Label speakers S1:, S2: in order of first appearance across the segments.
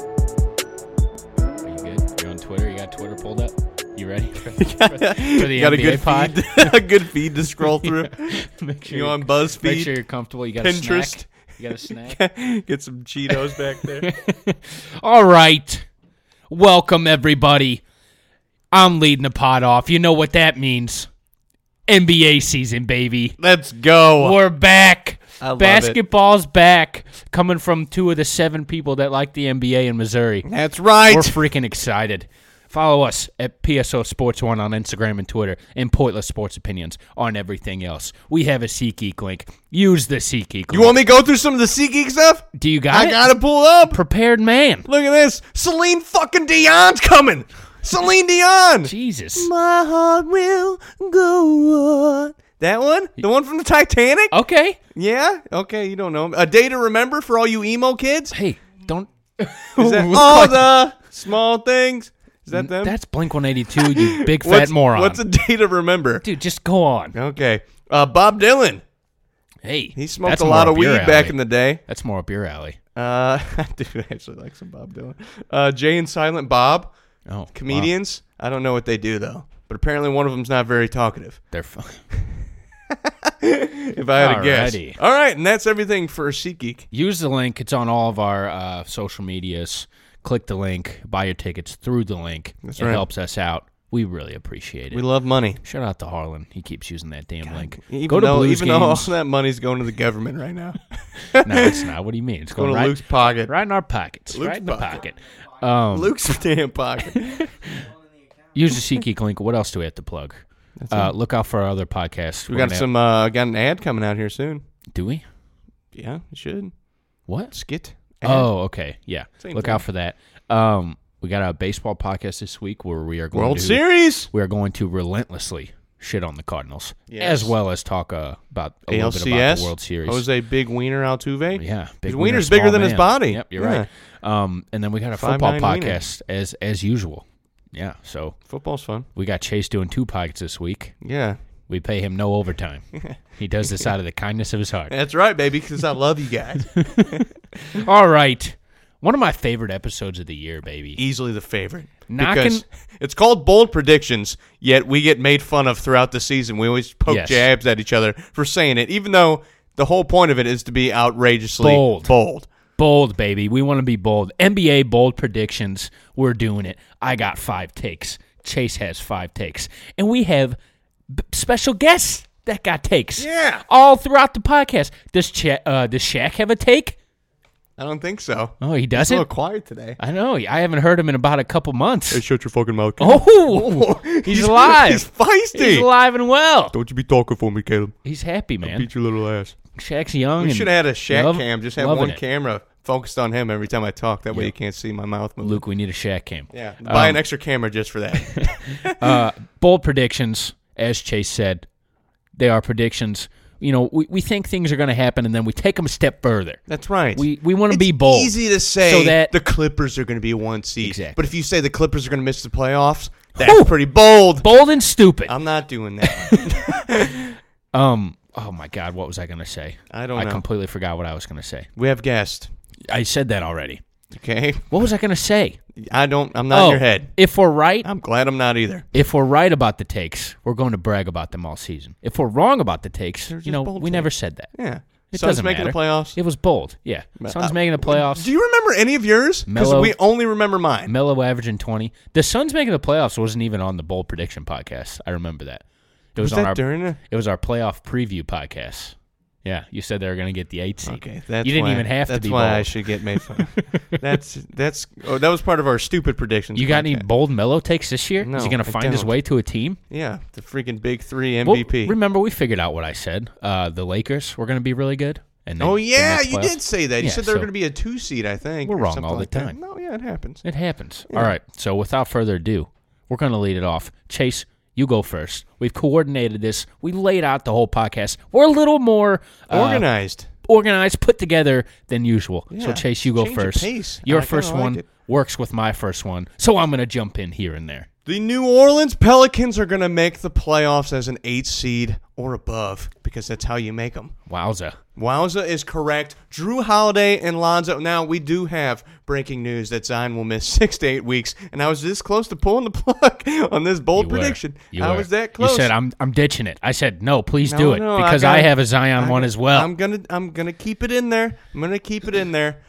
S1: Are you good? You're on Twitter. You got Twitter pulled up. You ready for, for the
S2: got
S1: NBA
S2: a good
S1: pod?
S2: feed, a good feed to scroll through.
S1: Make sure
S2: You
S1: you're-
S2: on BuzzFeed?
S1: Make sure you're comfortable. You got a snack.
S2: Pinterest?
S1: You got a snack.
S2: Get some Cheetos back there.
S1: All right. Welcome, everybody. I'm leading the pot off. You know what that means. NBA season, baby.
S2: Let's go.
S1: We're back.
S2: I love it.
S1: Basketball's back. Coming from two of the seven people that like the NBA in Missouri.
S2: That's right.
S1: We're freaking excited. Follow us at PSO Sports One on Instagram and Twitter, and Pointless Sports Opinions on everything else. We have a SeatGeek link. Use the SeatGeek.
S2: you
S1: link.
S2: want me to go through some of the SeatGeek stuff?
S1: Do you got
S2: I
S1: it?
S2: gotta pull up.
S1: Prepared man.
S2: Look at this. Celine fucking Dion's coming. Celine Dion.
S1: Jesus.
S2: My heart will go on. That one? The one from the Titanic?
S1: Okay.
S2: Yeah? Okay, you don't know. him. A Day to Remember for all you emo kids?
S1: Hey, don't.
S2: Is that all the small things? Is that them?
S1: That's Blink 182, you big fat
S2: what's,
S1: moron.
S2: What's a day to remember?
S1: Dude, just go on.
S2: Okay. Uh, Bob Dylan.
S1: Hey.
S2: He smoked
S1: that's
S2: a
S1: more
S2: lot of
S1: up your
S2: weed back
S1: alley.
S2: in the day.
S1: That's more up your alley.
S2: Uh, I do actually like some Bob Dylan. Uh, Jay and Silent Bob,
S1: Oh. wow.
S2: comedians. I don't know what they do, though. But apparently one of them's not very talkative,
S1: They're fun.
S2: if I had to guess.
S1: Alrighty.
S2: All right, and that's everything for SeatGeek.
S1: Use the link. It's on all of our uh, social medias. Click the link. Buy your tickets through the link.
S2: That's
S1: it
S2: right.
S1: helps us out. We really appreciate it.
S2: We love money.
S1: Shout out to Harlan. He keeps using that damn link.
S2: Even
S1: go to
S2: though,
S1: Blues
S2: even though all
S1: games.
S2: that money's going to the government right now.
S1: no, it's not. What do you mean? It's
S2: Go
S1: going
S2: to
S1: right,
S2: Luke's pocket.
S1: right in our pockets.
S2: Luke's
S1: right in the
S2: pocket.
S1: pocket. Um,
S2: Luke's damn pocket.
S1: Use the SeatGeek link. What else do we have to plug? Uh, look out for our other podcasts.
S2: We
S1: We're
S2: got
S1: gonna-
S2: some. Uh, got an ad coming out here soon.
S1: Do we?
S2: Yeah, it should.
S1: What?
S2: Skit. ad.
S1: Oh, okay. Yeah.
S2: Same
S1: look
S2: thing.
S1: out for that. Um, we got a baseball podcast this week where we are going
S2: World
S1: to,
S2: Series.
S1: We are going to relentlessly shit on the Cardinals,
S2: Yes.
S1: as well as talk uh, about a little bit about
S2: ALCS.
S1: the World Series.
S2: Jose Big Wiener Altuve.
S1: Yeah,
S2: His
S1: wiener,
S2: wiener's bigger
S1: small
S2: than his
S1: man.
S2: body.
S1: Yep, you're
S2: Yeah.
S1: right. Um, and then we got a
S2: Five
S1: football
S2: nine wiener.
S1: podcast as as usual. Yeah, so
S2: Football's fun.
S1: we got Chase doing two podcasts this week.
S2: Yeah.
S1: We pay him no overtime. he does this out of the kindness of his heart.
S2: That's right, baby, because I love you guys.
S1: All right. One of my favorite episodes of the year, baby.
S2: Easily the favorite.
S1: Knocking-
S2: Because it's called bold predictions, yet we get made fun of throughout the season. We always poke
S1: Yes.
S2: jabs at each other for saying it, even though the whole point of it is to be outrageously
S1: Bold.
S2: bold.
S1: Bold, baby. We want to be bold. NBA bold predictions. We're doing it. I got five takes. Chase has five takes. And we have b- special guests that got takes.
S2: Yeah.
S1: All throughout the podcast. Does, Cha- uh, does Shaq have a take?
S2: I don't think so.
S1: Oh, he
S2: It's a little
S1: doesn't?
S2: quiet today.
S1: I know. I haven't heard him in about a couple months.
S2: Hey, shut your fucking mouth.
S1: Oh, he's alive.
S2: He's feisty.
S1: He's alive and well.
S2: Don't you be talking for me, Caleb.
S1: He's happy, man.
S2: Beat your little ass.
S1: Shaq's young.
S2: We
S1: and
S2: should have had a Shaq
S1: love-
S2: cam. Just have
S1: loving
S2: one
S1: it.
S2: camera focused on him every time I talk. That way you can't see my mouth move.
S1: Luke, we need a Shaq cam.
S2: Yeah, buy
S1: Um,
S2: an extra camera just for that.
S1: bold predictions, as Chase said, they are predictions, you know, we, we think things are going to happen and then we take them a step further.
S2: That's right.
S1: We, we want to
S2: It's
S1: be bold.
S2: Easy to say
S1: So that,
S2: the Clippers are going to be one seed.
S1: Exactly.
S2: But if you say the Clippers are going to miss the playoffs, that's
S1: Whew.
S2: pretty bold.
S1: bold and stupid.
S2: I'm not doing that.
S1: um, oh my God, what was I going to say?
S2: I don't
S1: I
S2: know.
S1: completely forgot what I was going to say.
S2: we have guests.
S1: I said that already.
S2: Okay.
S1: What was I going to say?
S2: I don't. I'm not in
S1: Oh,
S2: your head.
S1: If we're right,
S2: I'm glad I'm not either.
S1: if we're right about the takes, we're going to brag about them all season. If we're wrong about the takes, you
S2: just
S1: know,
S2: bold
S1: we never
S2: takes.
S1: said that.
S2: Yeah.
S1: It
S2: Suns
S1: doesn't
S2: making
S1: matter.
S2: the playoffs. uh,
S1: It was bold. Yeah. Suns making the playoffs.
S2: Do you remember any of yours? Because
S1: Melo-
S2: we only remember mine.
S1: Melo averaging 20. The Suns making the playoffs wasn't even on the bold prediction podcast. I remember that. It
S2: Was
S1: was, on
S2: that
S1: our
S2: during the-
S1: It was our playoff preview podcast. Yeah, you said they were going to get the 8 seed.
S2: Okay, that's
S1: You didn't
S2: why-
S1: even have to
S2: That's
S1: be
S2: why
S1: bold.
S2: I should get made fun. of. that's that's. Oh, that was part of our stupid predictions.
S1: you got any
S2: podcast.
S1: bold Melo takes this year? Is
S2: No,
S1: he going
S2: I
S1: to find his
S2: don't.
S1: way to a team?
S2: Yeah, the freaking big three
S1: Well,
S2: MVP.
S1: remember, we figured out what I said. Uh, the Lakers were going to be really good. And they-
S2: oh
S1: they
S2: yeah,
S1: missed
S2: you
S1: playoffs.
S2: did say that. You
S1: Yeah,
S2: said they were
S1: so
S2: going to be a two seed. I think
S1: We're
S2: or
S1: wrong
S2: something
S1: all the
S2: like that.
S1: time.
S2: No, yeah, it happens.
S1: It happens. All right. So without further ado, we're going to lead it off. Chase, you go first. We've coordinated this. We laid out the whole podcast. We're a little more uh,
S2: Organized.
S1: organized, put together than usual. So
S2: Yeah.
S1: Chase, you go
S2: Change of
S1: first.
S2: pace.
S1: Your
S2: I kinda
S1: first
S2: liked
S1: one
S2: it.
S1: works with my first one, so I'm going to jump in here and there.
S2: The New Orleans Pelicans are going to make the playoffs as an eight seed or above because that's how you make them.
S1: Wowza!
S2: Wowza is correct. Drew Holiday and Lonzo. Now we do have breaking news that Zion will miss six to eight weeks, and I was this close to pulling the plug on this bold
S1: You were.
S2: prediction.
S1: You
S2: I
S1: were.
S2: was that close.
S1: You said I'm I'm ditching it. I said no. Please
S2: No,
S1: do it
S2: no,
S1: because I,
S2: gotta-
S1: have a Zion
S2: I
S1: one
S2: gotta-
S1: as well.
S2: I'm gonna I'm gonna keep it in there. I'm gonna keep it in there.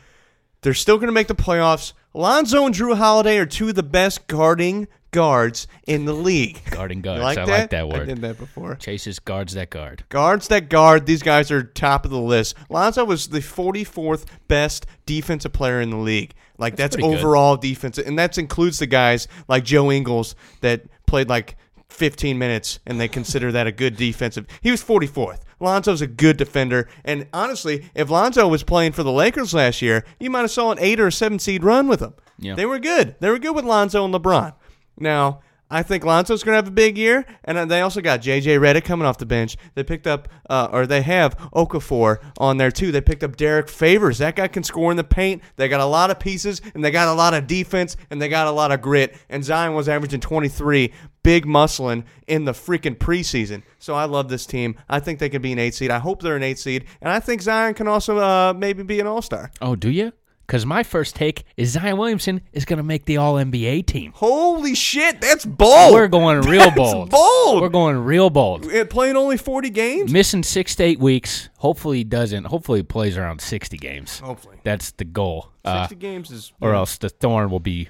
S2: They're still gonna make the playoffs. Lonzo and Drew Holiday are two of the best guarding guards in the league.
S1: Guarding
S2: You
S1: guards.
S2: like
S1: I
S2: that?
S1: like that
S2: I
S1: word.
S2: did that before.
S1: Chase's guards that guard.
S2: Guards that guard, these guys are top of the list. Lonzo was the 44th best defensive player in the league. Like
S1: That's
S2: that's,
S1: pretty good.
S2: overall defense, and that includes the guys like Joe Ingles that played like 15 minutes, and they consider that a good defensive. He was 44th. Lonzo's a good defender, and honestly, if Lonzo was playing for the Lakers last year, you might have saw an eight or a seven seed run with him.
S1: Yeah.
S2: They were good. They were good with Lonzo and LeBron. Now, I think Lonzo's going to have a big year, and uh, they also got J.J. Reddick coming off the bench. They picked up, uh, or they have Okafor on there too. They picked up Derek Favors. That guy can score in the paint. They got a lot of pieces, and they got a lot of defense, and they got a lot of grit. And Zion was averaging 23, big muscling in the freaking preseason. So I love this team. I think they could be an eight seed. I hope they're an eight seed, and I think Zion can also uh, maybe be an All Star.
S1: Oh, do you? Because my first take is Zion Williamson is going to make the All NBA team.
S2: Holy shit, that's bold.
S1: We're going real
S2: That's
S1: bold.
S2: bold.
S1: We're going real bold.
S2: Eh, playing only 40 games?
S1: Missing six to eight weeks. Hopefully he doesn't. Hopefully he plays around sixty games.
S2: Hopefully.
S1: that's the goal. Uh,
S2: 60 games is.
S1: or else the thorn will be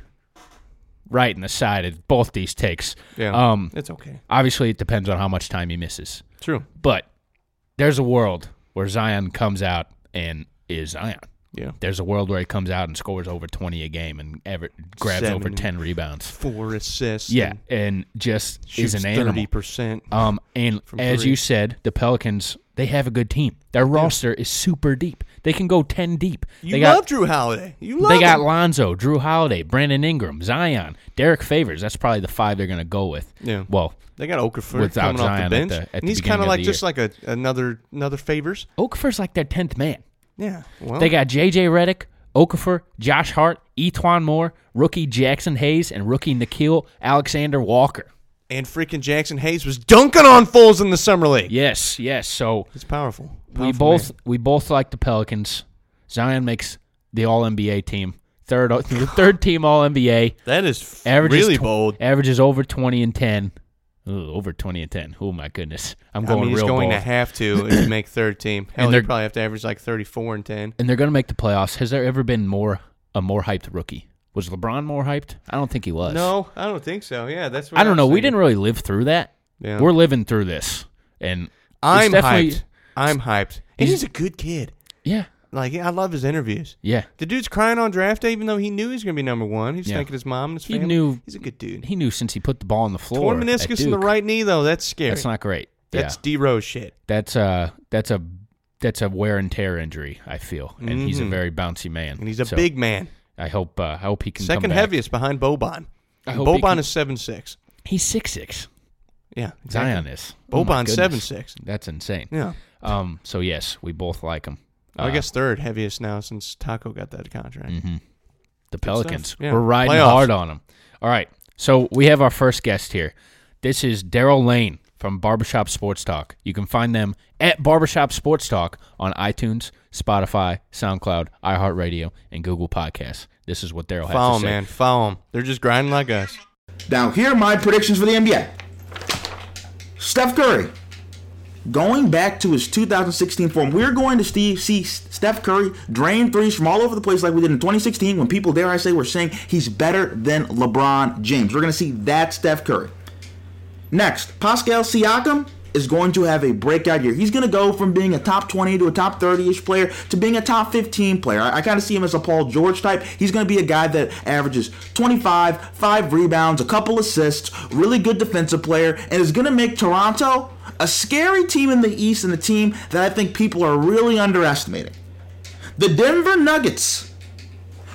S1: right in the side of both these takes.
S2: Yeah.
S1: Um.
S2: it's okay.
S1: Obviously, it depends on how much time he misses.
S2: True.
S1: But there's a world where Zion comes out and is Zion.
S2: Yeah.
S1: There's a world where he comes out and scores over 20 a game and ever grabs over
S2: Seven.
S1: 10 rebounds.
S2: Four assists.
S1: Yeah, and
S2: and
S1: just
S2: Shoots
S1: is an animal.
S2: 30%.
S1: Um, and
S2: From
S1: as
S2: three.
S1: you said, the Pelicans they have a good team. Their roster is super deep. They can go ten deep.
S2: You
S1: they
S2: love
S1: got
S2: Drew Holiday. You love
S1: they got
S2: him.
S1: Lonzo, Drew Holiday, Brandon Ingram, Zion, Derek Favors. That's probably the five they're going to go with.
S2: Yeah.
S1: Well,
S2: They got Okafor
S1: Without
S2: coming off
S1: Zion
S2: the
S1: at
S2: bench.
S1: the- at
S2: and
S1: the
S2: he's
S1: beginning
S2: kinda
S1: of
S2: like
S1: the
S2: just like a, another another favors.
S1: Okafor's like their tenth man.
S2: Yeah. Well,
S1: They got J.J. Redick, Okafor, Josh Hart, Etwan Moore, rookie Jackson Hayes, and rookie Nikhil Alexander Walker.
S2: and freaking Jackson Hayes was dunking on fools in the summer league.
S1: Yes, yes. So
S2: It's powerful.
S1: we
S2: Powerful
S1: both
S2: man.
S1: we both like the Pelicans. Zion makes the All NBA team, third the third team All NBA.
S2: That is f-
S1: Averages
S2: really
S1: tw-
S2: bold.
S1: Averages over twenty and ten. Ooh, over twenty and ten. Oh my goodness, I'm going
S2: I mean, he's
S1: real
S2: going
S1: bold.
S2: to have to if you make third team. Hell,
S1: they're-
S2: you probably have to average like 34 and 10.
S1: and they're going to make the playoffs. Has there ever been more a more hyped rookie? Was LeBron more hyped? I don't think he was.
S2: No, I don't think so. Yeah, that's. What
S1: I don't know.
S2: was
S1: We
S2: thinking.
S1: didn't really live through that.
S2: Yeah.
S1: We're living through this, and it's
S2: I'm
S1: definitely-
S2: hyped. I'm hyped. And he's a good kid.
S1: Yeah,
S2: Like I love his interviews.
S1: yeah.
S2: The dude's crying on draft day, even though he knew he was gonna be number one. He's
S1: Yeah.
S2: thinking his mom and his
S1: He
S2: family.
S1: knew-
S2: he's a good dude.
S1: He knew since he put the ball on the floor.
S2: Torn
S1: at
S2: meniscus in the
S1: Duke,
S2: right knee though. That's scary.
S1: That's not great.
S2: That's
S1: yeah.
S2: D Rose shit.
S1: that's uh that's a that's a wear and tear injury. I feel, and he's a
S2: Mhm.
S1: very bouncy man.
S2: And he's a
S1: So
S2: big man,
S1: I hope uh, I hope he can come
S2: second
S1: back.
S2: heaviest behind Boban.
S1: I
S2: And
S1: hope he
S2: Boban
S1: can-
S2: is seven six.
S1: He's six six.
S2: Yeah, exactly.
S1: Zion is. Oh my
S2: Boban
S1: goodness.
S2: seven six.
S1: That's insane.
S2: Yeah.
S1: Um, so yes, we both like them.
S2: Well, I guess third heaviest now since Taco got that contract.
S1: mm-hmm. The Pelicans.
S2: Yeah.
S1: We're riding
S2: Playoffs.
S1: hard on them. All right. So we have our first guest here. This is Daryl Lane from Barbershop Sports Talk. You can find them at Barbershop Sports Talk on iTunes, Spotify, SoundCloud, iHeartRadio, and Google Podcasts. This is what Daryl has to
S2: Follow 'em,
S1: say.
S2: man. Follow 'em. They're just grinding like us.
S3: Now, here are my predictions for the NBA. Steph Curry, going back to his 2016 form, we're going to see, see Steph Curry drain threes from all over the place like we did in 2016 when people, dare I say, were saying he's better than LeBron James. We're going to see that Steph Curry. Next, Pascal Siakam is going to have a breakout year. He's going to go from being a top 20 to a top 30-ish player to being a top 15 player. I, kind of see him as a Paul George type. He's going to be a guy that averages 25, 5 rebounds, a couple assists, really good defensive player, and is going to make Toronto a scary team in the East and a team that I think people are really underestimating. The Denver Nuggets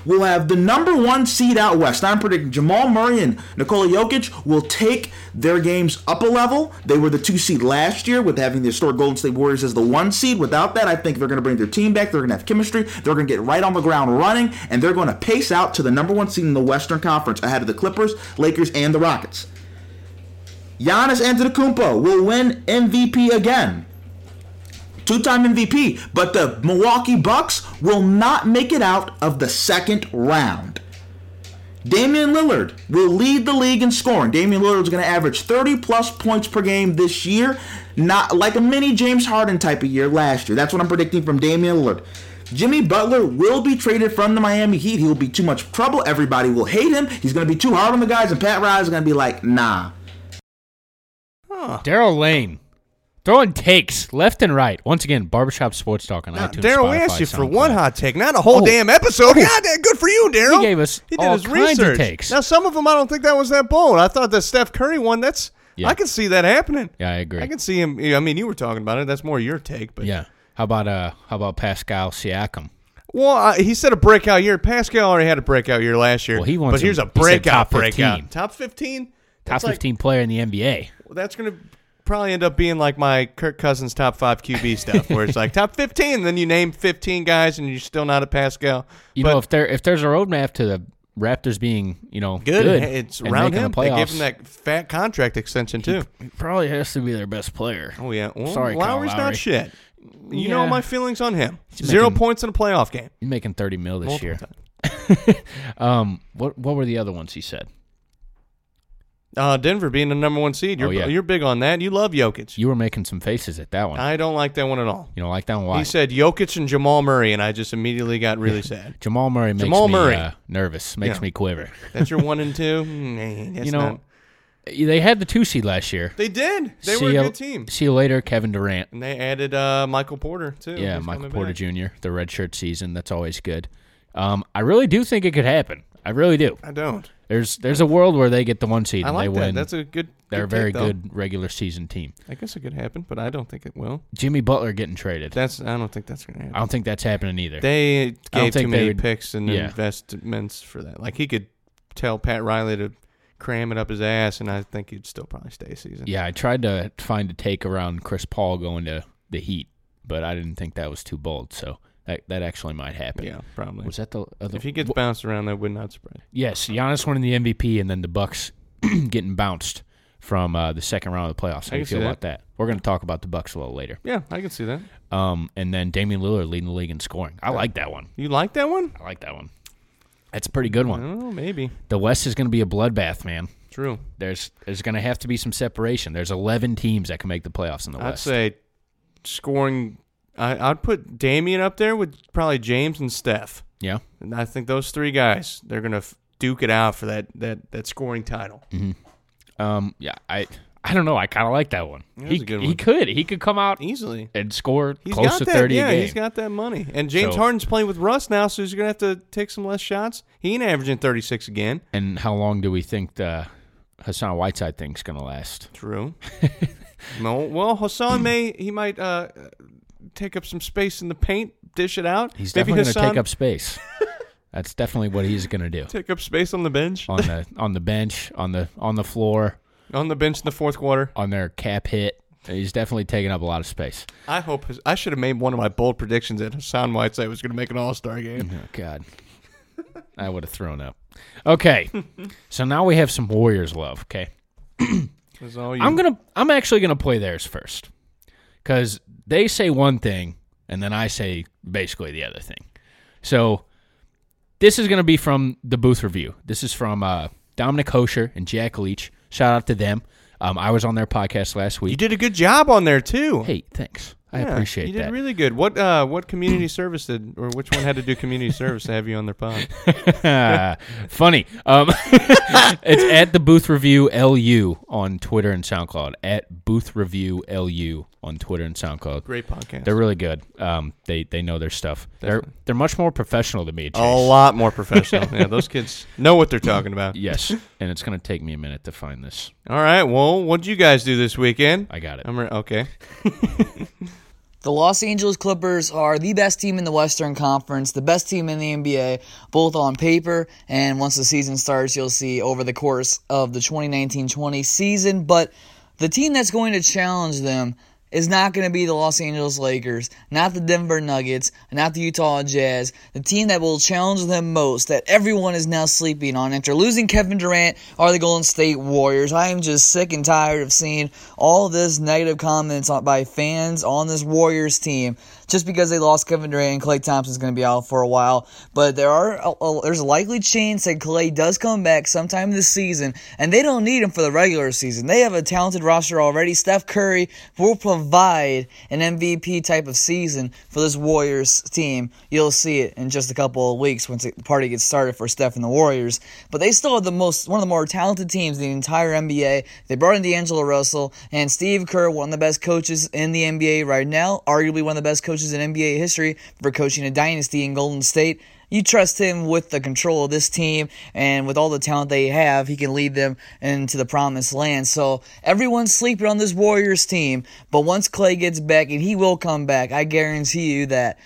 S3: will have the number one seed out west. I'm predicting Jamal Murray and Nikola Jokic will take their games up a level. They were the two seed last year with having the historic Golden State Warriors as the one seed. Without that, I think they're going to bring their team back. They're going to have chemistry. They're going to get right on the ground running, and they're going to pace out to the number one seed in the Western Conference ahead of the Clippers, Lakers, and the Rockets. Giannis Antetokounmpo will win MVP again two-time MVP, but the Milwaukee Bucks will not make it out of the second round. Damian Lillard will lead the league in scoring. Damian Lillard is going to average 30 plus points per game this year, not like a mini James Harden type of year last year. That's what I'm predicting from Damian Lillard. Jimmy Butler will be traded from the Miami Heat. He will be too much trouble. Everybody will hate him. He's going to be too hard on the guys, and Pat Riley is going to be like, nah.
S1: Daryl Lane. Throwing takes left and right. Once again, Barbershop Sports Talk on
S2: Now,
S1: iTunes.
S2: Daryl, we
S1: Spotify,
S2: asked you for
S1: SoundCloud.
S2: one hot take, not a whole
S1: Oh.
S2: damn episode.
S1: Oh.
S2: God damn, good for you, Daryl.
S1: gave us
S2: he did
S1: all
S2: his
S1: kinds of
S2: research.
S1: takes.
S2: Now, some of them I don't think that was that bold. I thought the Steph Curry one. That's
S1: Yeah.
S2: I can see that happening.
S1: Yeah, I agree.
S2: I can see him. I mean, you were talking about it. That's more your take, but
S1: Yeah. How about uh? How about Pascal Siakam?
S2: Well, uh, he said a breakout year. Pascal already had a breakout year last year.
S1: Well, he wants
S2: But here's
S1: him-
S2: a
S1: he said
S2: breakout
S1: top 15.
S2: breakout. Top 15?
S1: Top
S2: That's like-
S1: fifteen player in the NBA.
S2: that's going to probably end up being like my Kirk Cousins top 5 QB stuff where it's like top 15 then you name 15 guys and you're still not a Pascal.
S1: You
S2: But-
S1: know, if there if there's a roadmap to the Raptors being, you know, good,
S2: It's
S1: and
S2: around
S1: making
S2: him.
S1: The
S2: They
S1: playoffs,
S2: gave him that fat contract extension too.
S1: probably has to be their best player.
S2: oh yeah. Well,
S1: Sorry, Kyle
S2: Lowry's
S1: Lowry.
S2: not shit. You know
S1: Yeah.
S2: my feelings on him.
S1: He's
S2: Zero
S1: making-
S2: points in a playoff game.
S1: He's making thirty mil this
S2: Multiple
S1: year.
S2: times.
S1: um, what what were the other ones he said?
S2: Uh, Denver being the number one seed. You're,
S1: Oh, yeah.
S2: you're big on that. You love Jokic.
S1: You were making some faces at that one.
S2: I don't like that one at all.
S1: you know, like that one. Why?
S2: He said Jokic and Jamal Murray, and I just immediately got really sad.
S1: Jamal Murray makes
S2: Jamal
S1: me
S2: Murray.
S1: Uh, nervous. Makes
S2: Yeah.
S1: me quiver.
S2: That's your one and two. Mm, that's
S1: you know,
S2: not-
S1: they had the two seed last year.
S2: they did. They
S1: see
S2: were a
S1: you,
S2: good team,
S1: See you later, Kevin Durant.
S2: and they added uh, Michael Porter too.
S1: Yeah,
S2: He's
S1: Michael
S2: coming
S1: Porter
S2: back.
S1: Jr. The redshirt season. That's always good. Um, I really do think it could happen. I really do.
S2: I don't.
S1: There's there's a world where they get the one seed
S2: I
S1: and
S2: like
S1: they
S2: that.
S1: win.
S2: That's a good.
S1: They're a
S2: good take,
S1: very
S2: though.
S1: good regular season team.
S2: I guess it could happen, but I don't think it will.
S1: Jimmy Butler getting traded.
S2: That's. I don't think that's gonna happen.
S1: I don't think that's happening either.
S2: They
S1: I don't
S2: gave too
S1: think they
S2: many
S1: would-
S2: picks and
S1: yeah.
S2: investments for that. Like he could tell Pat Riley to cram it up his ass, and I think he'd still probably stay season.
S1: yeah, I tried to find a take around Chris Paul going to the Heat, but I didn't think that was too bold. So that that actually might happen.
S2: Yeah, probably.
S1: Was that the other?
S2: if he gets
S1: wh-
S2: bounced around, that would not surprise.
S1: yes, Giannis winning the MVP and then the Bucks getting bounced from uh, the second round of the playoffs. How do
S2: I
S1: you
S2: can see
S1: feel
S2: that.
S1: about that? We're going to talk about the Bucks a little later.
S2: Yeah, I can see that.
S1: Um, and then Damian Lillard leading the league in scoring. I like that one.
S2: You like that one?
S1: I like that one. That's a pretty good
S2: I
S1: one.
S2: don't know. Maybe.
S1: The West is going to be a bloodbath, man.
S2: True.
S1: There's there's going to have to be some separation. There's 11 teams that can make the playoffs in the
S2: I'd
S1: West.
S2: say scoring. I, I'd put Damian up there with probably James and Steph.
S1: yeah.
S2: And I think those three guys, they're gonna f- duke it out for that that that scoring title.
S1: Um. Yeah. I. I don't know. I kind of like that one.
S2: That
S1: he
S2: was a good
S1: he
S2: one.
S1: could he could come out
S2: Easily.
S1: and score
S2: He's
S1: close
S2: got
S1: to
S2: that,
S1: 30
S2: yeah,
S1: a game.
S2: he's got that money. And James
S1: So-
S2: Harden's playing with Russ now, so he's gonna have to take some less shots. He ain't averaging thirty six again.
S1: and how long do we think the Hassan Whiteside thing's going to last?
S2: True. no, well, Hassan may he might uh, take up some space in the paint, dish it out.
S1: He's
S2: Maybe
S1: definitely going to
S2: Hassan
S1: take up space. That's definitely what he's going to do
S2: take up space on the bench,
S1: on the on the bench, on the on the floor,
S2: on the bench in the fourth quarter.
S1: on their cap hit. He's definitely taking up a lot of space.
S2: I hope I should have made one of my bold predictions that Hassan Whiteside was going to make an All Star game.
S1: Oh God, I would have thrown up. Okay, so now we have some Warriors love. Okay,
S2: That's all you-
S1: I'm gonna I'm actually gonna play theirs first because they say one thing and then I say basically the other thing. So this is gonna be from the booth review. This is from uh, Dominic Hosher and Jack Leach. Shout out to them. Um, I was on their podcast last week.
S2: You did a good job on there too.
S1: Hey, thanks. I
S2: Yeah,
S1: appreciate
S2: You did
S1: that.
S2: really good. What uh, what community service did or which one had to do community service to have you on their pod?
S1: Uh, Funny. Um, it's at the Booth Review LU on Twitter and SoundCloud. At Booth Review LU on Twitter and SoundCloud.
S2: Great podcast.
S1: They're really good. Um, they they know their stuff. They're they're much more professional than me. Chase.
S2: a lot more professional. yeah, those kids know what they're talking about.
S1: Yes, and it's gonna take me a minute to find this.
S2: All right. Well, what'd you guys do this weekend?
S1: I got it.
S2: I'm re- okay.
S4: The Los Angeles Clippers are the best team in the Western Conference, the best team in the NBA, both on paper and once the season starts, you'll see over the course of the 2019 20 season. But the team that's going to challenge them is not going to be the Los Angeles Lakers, not the Denver Nuggets, not the Utah Jazz. The team that will challenge them most, that everyone is now sleeping on after losing Kevin Durant, are the Golden State Warriors. I am just sick and tired of seeing all this negative comments on, by fans on this Warriors team. Just because they lost Kevin Durant and Clay Thompson's going to be out for a while, but there are a, a- there's a likely chance that Clay does come back sometime this season, and they don't need him for the regular season. They have a talented roster already. Steph Curry will provide an MVP type of season for this Warriors team. You'll see it in just a couple of weeks once the party gets started for Steph and the Warriors. But they still have the most one of the more talented teams in the entire NBA. They brought in D'Angelo Russell and Steve Kerr, one of the best coaches in the NBA right now, arguably one of the best coaches in NBA history for coaching a dynasty in Golden State you trust him with the control of this team and with all the talent they have, he can lead them into the promised land. So everyone's sleeping on this Warriors team, but once Clay gets back, and he will come back, I guarantee you that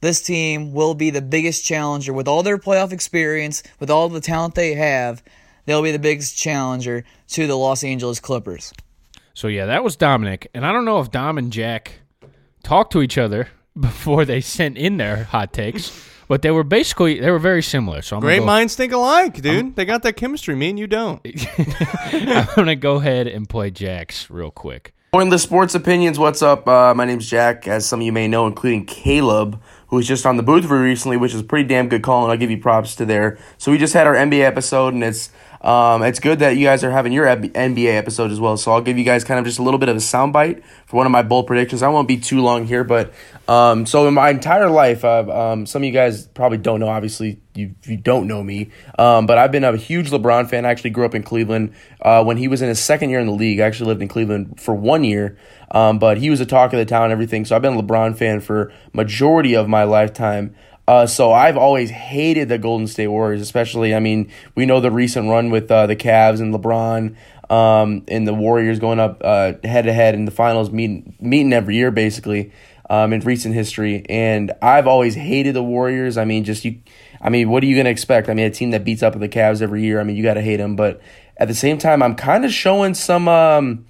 S4: this team will be the biggest challenger with all their playoff experience, with all the talent they have. They'll be the biggest challenger to the Los Angeles Clippers.
S1: So yeah, that was Dominic, and I don't know if Dom and Jack talked to each other before they sent in their hot takes, but they were basically they were very similar. So I'm gonna
S2: Great
S1: go-
S2: minds think alike, dude. they got that chemistry. Me and you don't.
S1: I'm gonna go ahead and play Jack's real quick.
S5: Pointless Sports Opinions, what's up? Uh, my name's Jack, as some of you may know, including Caleb, who was just on the booth for recently, which is a pretty damn good call, and I'll give you props to there. So we just had our NBA episode, and it's um, it's good that you guys are having your Eb- NBA episode as well. So I'll give you guys kind of just a little bit of a soundbite for one of my bold predictions. I won't be too long here, but um, so in my entire life, I've, um, some of you guys probably don't know, obviously, you, you don't know me, um, but I've been a huge LeBron fan. I actually grew up in Cleveland uh, when he was in his second year in the league. I actually lived in Cleveland for one year, um, but he was the talk of the town and everything. So I've been a LeBron fan for majority of my lifetime. Uh, so I've always hated the Golden State Warriors, especially. I mean, we know the recent run with uh, the Cavs and LeBron um, and the Warriors going up head to head in the finals, meeting meeting every year basically um, in recent history. And I've always hated the Warriors. I mean, just you. I mean, what are you gonna expect? I mean, a team that beats up the Cavs every year. I mean, you gotta hate them. But at the same time, I'm kind of showing some. Um,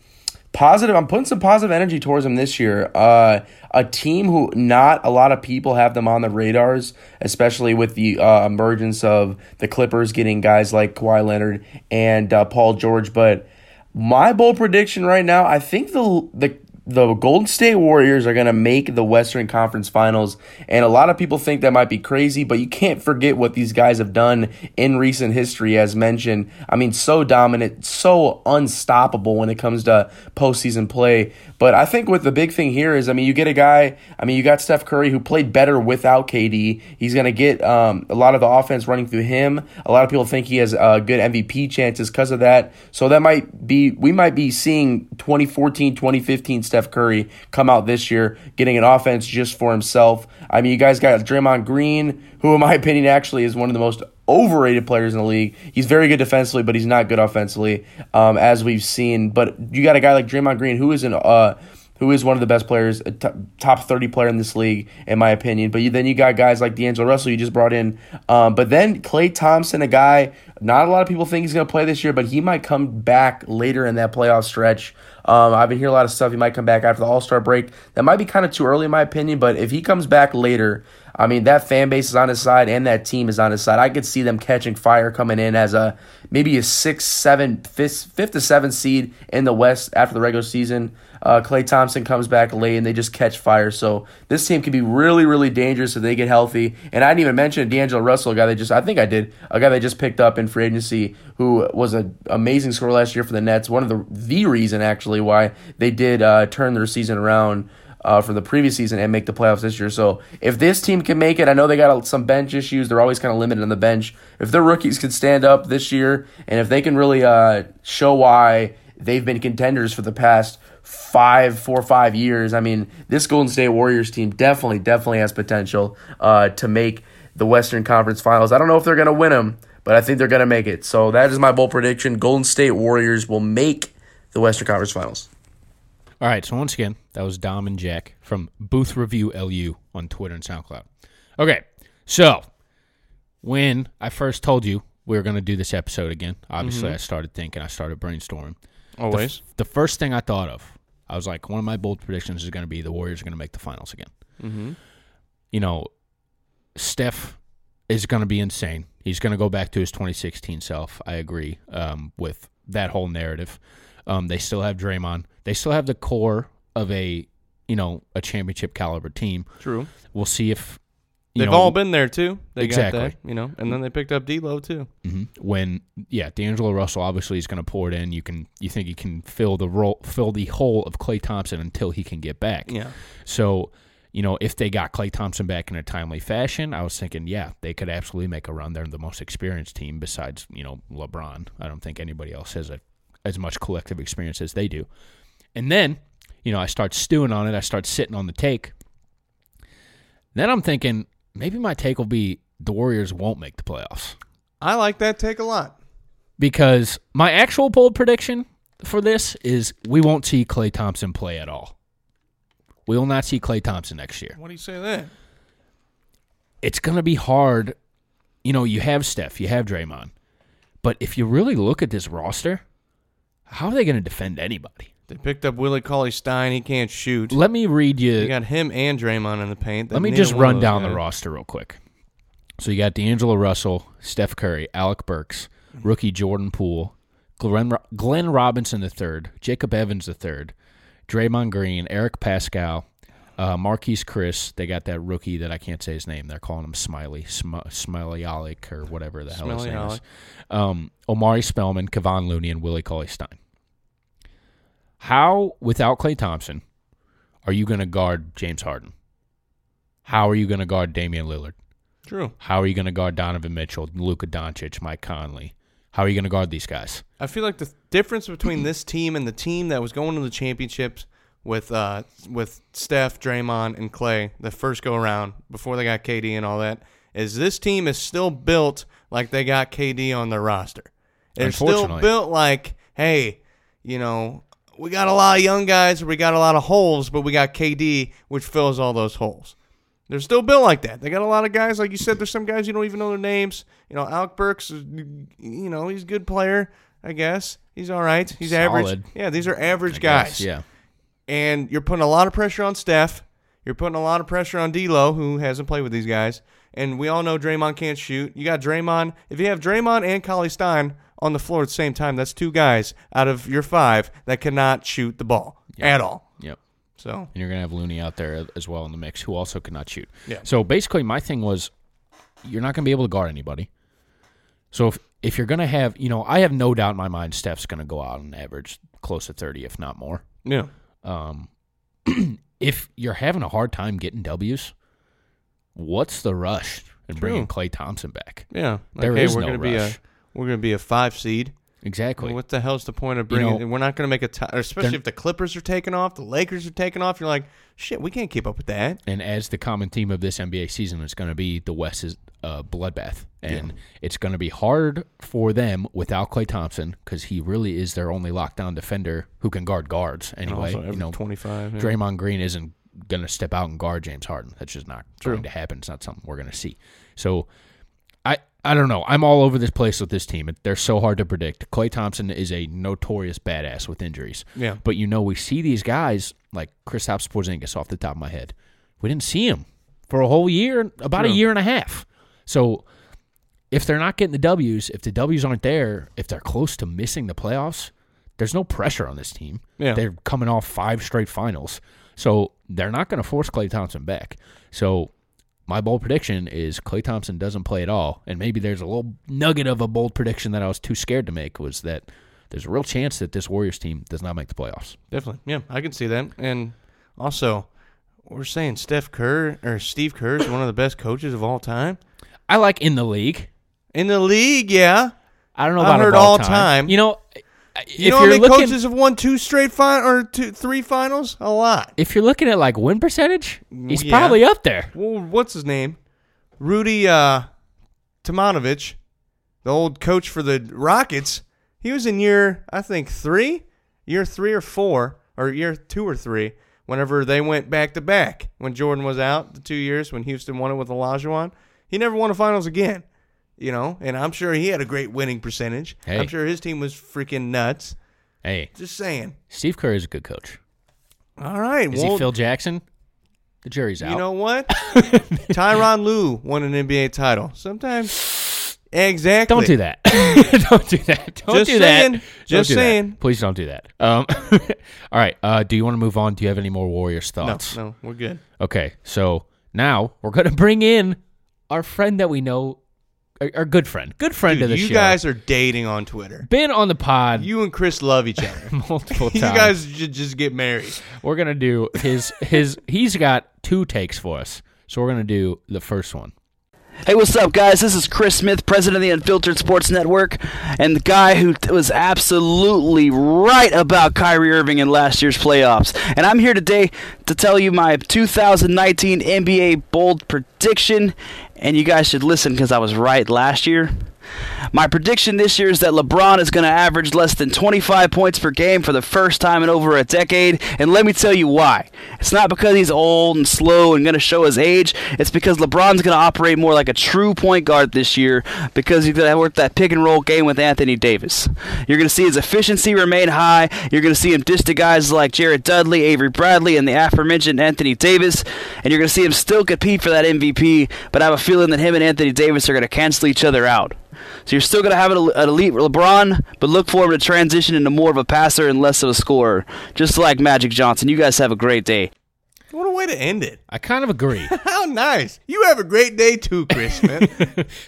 S5: positive. I'm putting some positive energy towards them this year. Uh, a team who not a lot of people have them on the radars, especially with the uh, emergence of the Clippers getting guys like Kawhi Leonard and uh, Paul George. But my bold prediction right now, I think the the the Golden State Warriors are going to make the Western Conference Finals, and a lot of people think that might be crazy, but you can't forget what these guys have done in recent history, as mentioned. I mean, so dominant, so unstoppable when it comes to postseason play. But I think what the big thing here is, I mean, you get a guy. I mean, you got Steph Curry who played better without KD. He's going to get um, a lot of the offense running through him. A lot of people think he has uh, good MVP chances because of that. So that might be we might be seeing 2014, 2015 Steph Curry come out this year getting an offense just for himself. I mean, you guys got Draymond Green, who in my opinion actually is one of the most overrated players in the league. He's very good defensively, but he's not good offensively, um, as we've seen. But you got a guy like Draymond Green who is an uh who is one of the best players, a t- top 30 player in this league, in my opinion. But you, then you got guys like D'Angelo Russell, you just brought in. Um, but then Clay Thompson, a guy not a lot of people think he's going to play this year, but he might come back later in that playoff stretch. Um, I've been hearing a lot of stuff. He might come back after the All Star break. That might be kind of too early, in my opinion, but if he comes back later, I mean, that fan base is on his side and that team is on his side. I could see them catching fire coming in as a maybe a six, seven, fifth, fifth to seventh seed in the West after the regular season. Uh, Clay Thompson comes back late and they just catch fire. So this team can be really, really dangerous if they get healthy. And I didn't even mention D'Angelo Russell, a guy they just, I think I did, a guy they just picked up in free agency who was an amazing scorer last year for the Nets. One of the, the reason, actually, why they did uh, turn their season around uh, from the previous season and make the playoffs this year. So if this team can make it, I know they got some bench issues. They're always kind of limited on the bench. If their rookies can stand up this year and if they can really uh, show why they've been contenders for the past five, four, five years, I mean, this Golden State Warriors team definitely, definitely has potential uh, to make the Western Conference Finals. I don't know if they're going to win them, but I think they're going to make it. So that is my bold prediction. Golden State Warriors will make the Western Conference Finals.
S1: All right, so once again, that was Dom and Jack from Booth Review LU on Twitter and SoundCloud. Okay, so when I first told you we were going to do this episode again, obviously
S2: Mhm.
S1: I started thinking, I started brainstorming. The f-
S2: Always.
S1: The, first thing I thought of, I was like, one of my bold predictions is going to be the Warriors are going to make the finals again.
S2: Mm-hmm.
S1: You know, Steph is going to be insane. He's going to go back to his 2016 self. I agree um, with that whole narrative. Um, they still have Draymond. They still have the core of a you know a championship caliber team.
S2: True.
S1: We'll see if you
S2: They've
S1: know,
S2: all been there too. They
S1: exactly.
S2: got that, you know, and then they picked up D'Lo too.
S1: hmm When yeah, D'Angelo Russell obviously is going to pour it in. You can you think he can fill the role, fill the hole of Clay Thompson until he can get back.
S2: Yeah.
S1: So you know if they got Clay Thompson back in a timely fashion, I was thinking yeah they could absolutely make a run. They're the most experienced team besides you know LeBron. I don't think anybody else has a, as much collective experience as they do. And then you know I start stewing on it. I start sitting on the take. Then I'm thinking maybe my take will be the Warriors won't make the playoffs
S2: I like that take a lot.
S1: because my actual bold prediction for this is we won't see Clay Thompson play at all. We will not see Clay Thompson next year.
S2: What do you say then?
S1: It's going to be hard. You know, you have Steph, you have Draymond. But if you really look at this roster, how are they going to defend anybody?
S2: They picked up Willie Cauley Stein. He can't shoot.
S1: Let me read you.
S2: You got him and Draymond in the paint.
S1: Let me
S2: Neither
S1: just
S2: one of
S1: run
S2: those
S1: down the
S2: guys-
S1: roster real quick. So you got D'Angelo Russell, Steph Curry, Alec Burks, rookie Jordan Poole, Glenn, Ro- Glenn Robinson III, Jacob Evans III, Draymond Green, Eric Pascal, uh, Marquise Chris. They got that rookie that I can't say his name. They're calling him Smiley, Sm- Smiley Alec or whatever the hell his
S2: Smiley
S1: name is.
S2: Alec.
S1: Um, Omari Spellman, Kevon Looney, and Willie Cauley Stein. How, without Clay Thompson, are you going to guard James Harden? How are you going to guard Damian Lillard?
S2: True.
S1: How are you going to guard Donovan Mitchell, Luka Doncic, Mike Conley? How are you going to guard these guys?
S2: I feel like the difference between this team and the team that was going to the championships with uh, with Steph, Draymond, and Clay the first go around before they got KD and all that is this team is still built like they got KD on their roster. They're still
S1: Unfortunately.
S2: built like, hey, you know, we got a lot of young guys, we got a lot of holes, but we got KD, which fills all those holes. They're still built like that. They got a lot of guys, like you said. There's some guys you don't even know their names. You know, Alec Burks, is- you know, he's a good player, I guess. He's all right. He's average.
S1: Solid.
S2: Yeah, these are average
S1: I guess,
S2: guys.
S1: yeah.
S2: And you're putting a lot of pressure on Steph. You're putting a lot of pressure on D'Lo, who hasn't played with these guys. And we all know Draymond can't shoot. You got Draymond. If you have Draymond and Collie Stein on the floor at the same time, that's two guys out of your five that cannot shoot the ball at all.
S1: Yep.
S2: So
S1: And you're going to have Looney out there as well in the mix, who also could not shoot.
S2: Yeah.
S1: So basically, my thing was you're not going to be able to guard anybody. So if, if you're going to have, you know, I have no doubt in my mind Steph's going to go out on average close to 30, if not more.
S2: yeah,
S1: Um, if you're having a hard time getting W's, what's the rush in bringing
S2: True.
S1: Clay Thompson back?
S2: yeah.
S1: There
S2: hey,
S1: is
S2: we're
S1: no
S2: gonna be a
S1: rush.
S2: we're gonna be a five seed.
S1: Exactly.
S2: What the hell's the point of
S1: You know,
S2: bringing? we're not going to make a tie, especially
S1: they're-
S2: if the Clippers are taking off, the Lakers are taking off. You're like, shit, we can't keep up with that.
S1: And as the common theme of this NBA season is going to be the West is uh, bloodbath, and it's going to be hard for them without Clay Thompson because he really is their only lockdown defender who can guard guards anyway.
S2: also every
S1: you know,
S2: 25, yeah.
S1: Draymond Green isn't going to step out and guard James Harden. That's just not
S2: True.
S1: going to happen. It's not something we're going to see. So I I don't know. I'm all over this place with this team. It- They're so hard to predict. Clay Thompson is a notorious badass with injuries.
S2: Yeah.
S1: But you know, we see these guys like Kristaps Porzingis off the top of my head. We didn't see him for a whole year, about a
S2: True.
S1: year and a half. So if they're not getting the W's, if the W's aren't there, if they're close to missing the playoffs, there's no pressure on this team.
S2: Yeah.
S1: They're coming off five straight finals. So they're not going to force Clay Thompson back. So my bold prediction is Clay Thompson doesn't play at all. And maybe there's a little nugget of a bold prediction that I was too scared to make was that there's a real chance that this Warriors team does not make the playoffs.
S2: Definitely. Yeah, I can see that. And also, we're saying Steph Kerr or Steve Kerr is one of the best coaches of all time
S1: I like in the league.
S2: in the league. Yeah,
S1: I don't know
S2: I
S1: about
S2: heard
S1: of
S2: all time.
S1: You know,
S2: you
S1: if
S2: know how
S1: you're
S2: many
S1: looking,
S2: coaches have won two straight fin or two three finals? A lot.
S1: if you're looking at like win percentage, he's
S2: Mm, Yeah.
S1: probably up there.
S2: Well, what's his name? Rudy uh, Tomanovich, the old coach for the Rockets. He was in year, I think three, year three or four, or year two or three. Whenever they went back to back, when Jordan was out, the two years when Houston won it with Olajuwon, he never won a finals again. You know, and I'm sure he had a great winning percentage.
S1: Hey.
S2: I'm sure his team was freaking nuts.
S1: Hey,
S2: Just saying.
S1: Steve Kerr is a good coach.
S2: All right,
S1: Is
S2: well,
S1: he Phil Jackson? The jury's out.
S2: You know what? Tyron Lue won an NBA title. Sometimes, exactly.
S1: don't do that. don't do that. Don't
S2: Just
S1: do that.
S2: saying.
S1: Don't
S2: Just
S1: do that.
S2: saying.
S1: Please don't do that. Um, all right. Uh, do you want to move on? Do you have any more Warriors
S2: No,
S1: thoughts?
S2: no, we're good.
S1: Okay, so now we're gonna bring in our friend that we know, our, our good friend, good friend of
S2: Dude,
S1: the
S2: you
S1: show.
S2: guys are dating on Twitter.
S1: been on the pod
S2: You and Chris love each other.
S1: multiple
S2: you
S1: times.
S2: guys should just get married.
S1: we're gonna do his his. He's got two takes for us, so we're gonna do the first one.
S6: Hey, what's up, guys? This is Chris Smith, president of the Unfiltered Sports Network, and the guy who t- was absolutely right about Kyrie Irving in last year's playoffs. And I'm here today to tell you my 2019 NBA bold prediction, and you guys should listen because I was right last year. My prediction this year is that LeBron is going to average less than 25 points per game for the first time in over a decade, and let me tell you why. It's not because he's old and slow and going to show his age. It's because LeBron's going to operate more like a true point guard this year because he's going to work that pick and roll game with Anthony Davis. You're going to see his efficiency remain high. You're going to see him dish to guys like Jared Dudley, Avery Bradley, and the aforementioned Anthony Davis, and you're going to see him still compete for that MVP, but I have a feeling that him and Anthony Davis are going to cancel each other out. So you're still going to have an an elite LeBron, but look forward to transition into more of a passer and less of a scorer, just like Magic Johnson. You guys have a great day.
S2: What a way to end it.
S1: I kind of agree.
S2: How nice. You have a great day too, Chris, man.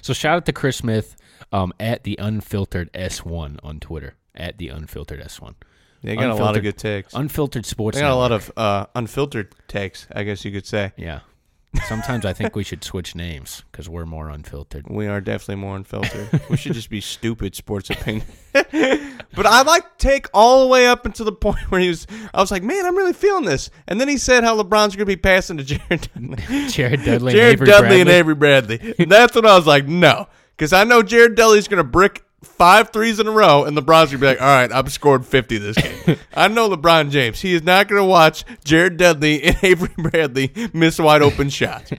S1: so shout out to Chris Smith um, at the Unfiltered S1 on Twitter at the Unfiltered S1.
S2: They got a lot of
S1: Unfiltered-
S2: good takes.
S1: Unfiltered sports.
S2: they got a lot
S1: Network.
S2: of uh, unfiltered takes, I guess you could say.
S1: Yeah. Sometimes I think we should switch names because we're more unfiltered.
S2: We are definitely more unfiltered. we should just be stupid sports opinion. but I like take all the way up until the point where he was. I was like, man, I'm really feeling this. And then he said how LeBron's going to be passing to Jared Dudley,
S1: Jared Dudley, and
S2: Jared
S1: Avery
S2: Dudley,
S1: Bradley.
S2: and Avery Bradley. And that's when I was like, no, because I know Jared Dudley's going to brick five threes in a row, and LeBron's going to be like, all right, I've scored 50 this game. I know LeBron James. He is not going to watch Jared Dudley and Avery Bradley miss wide open shots.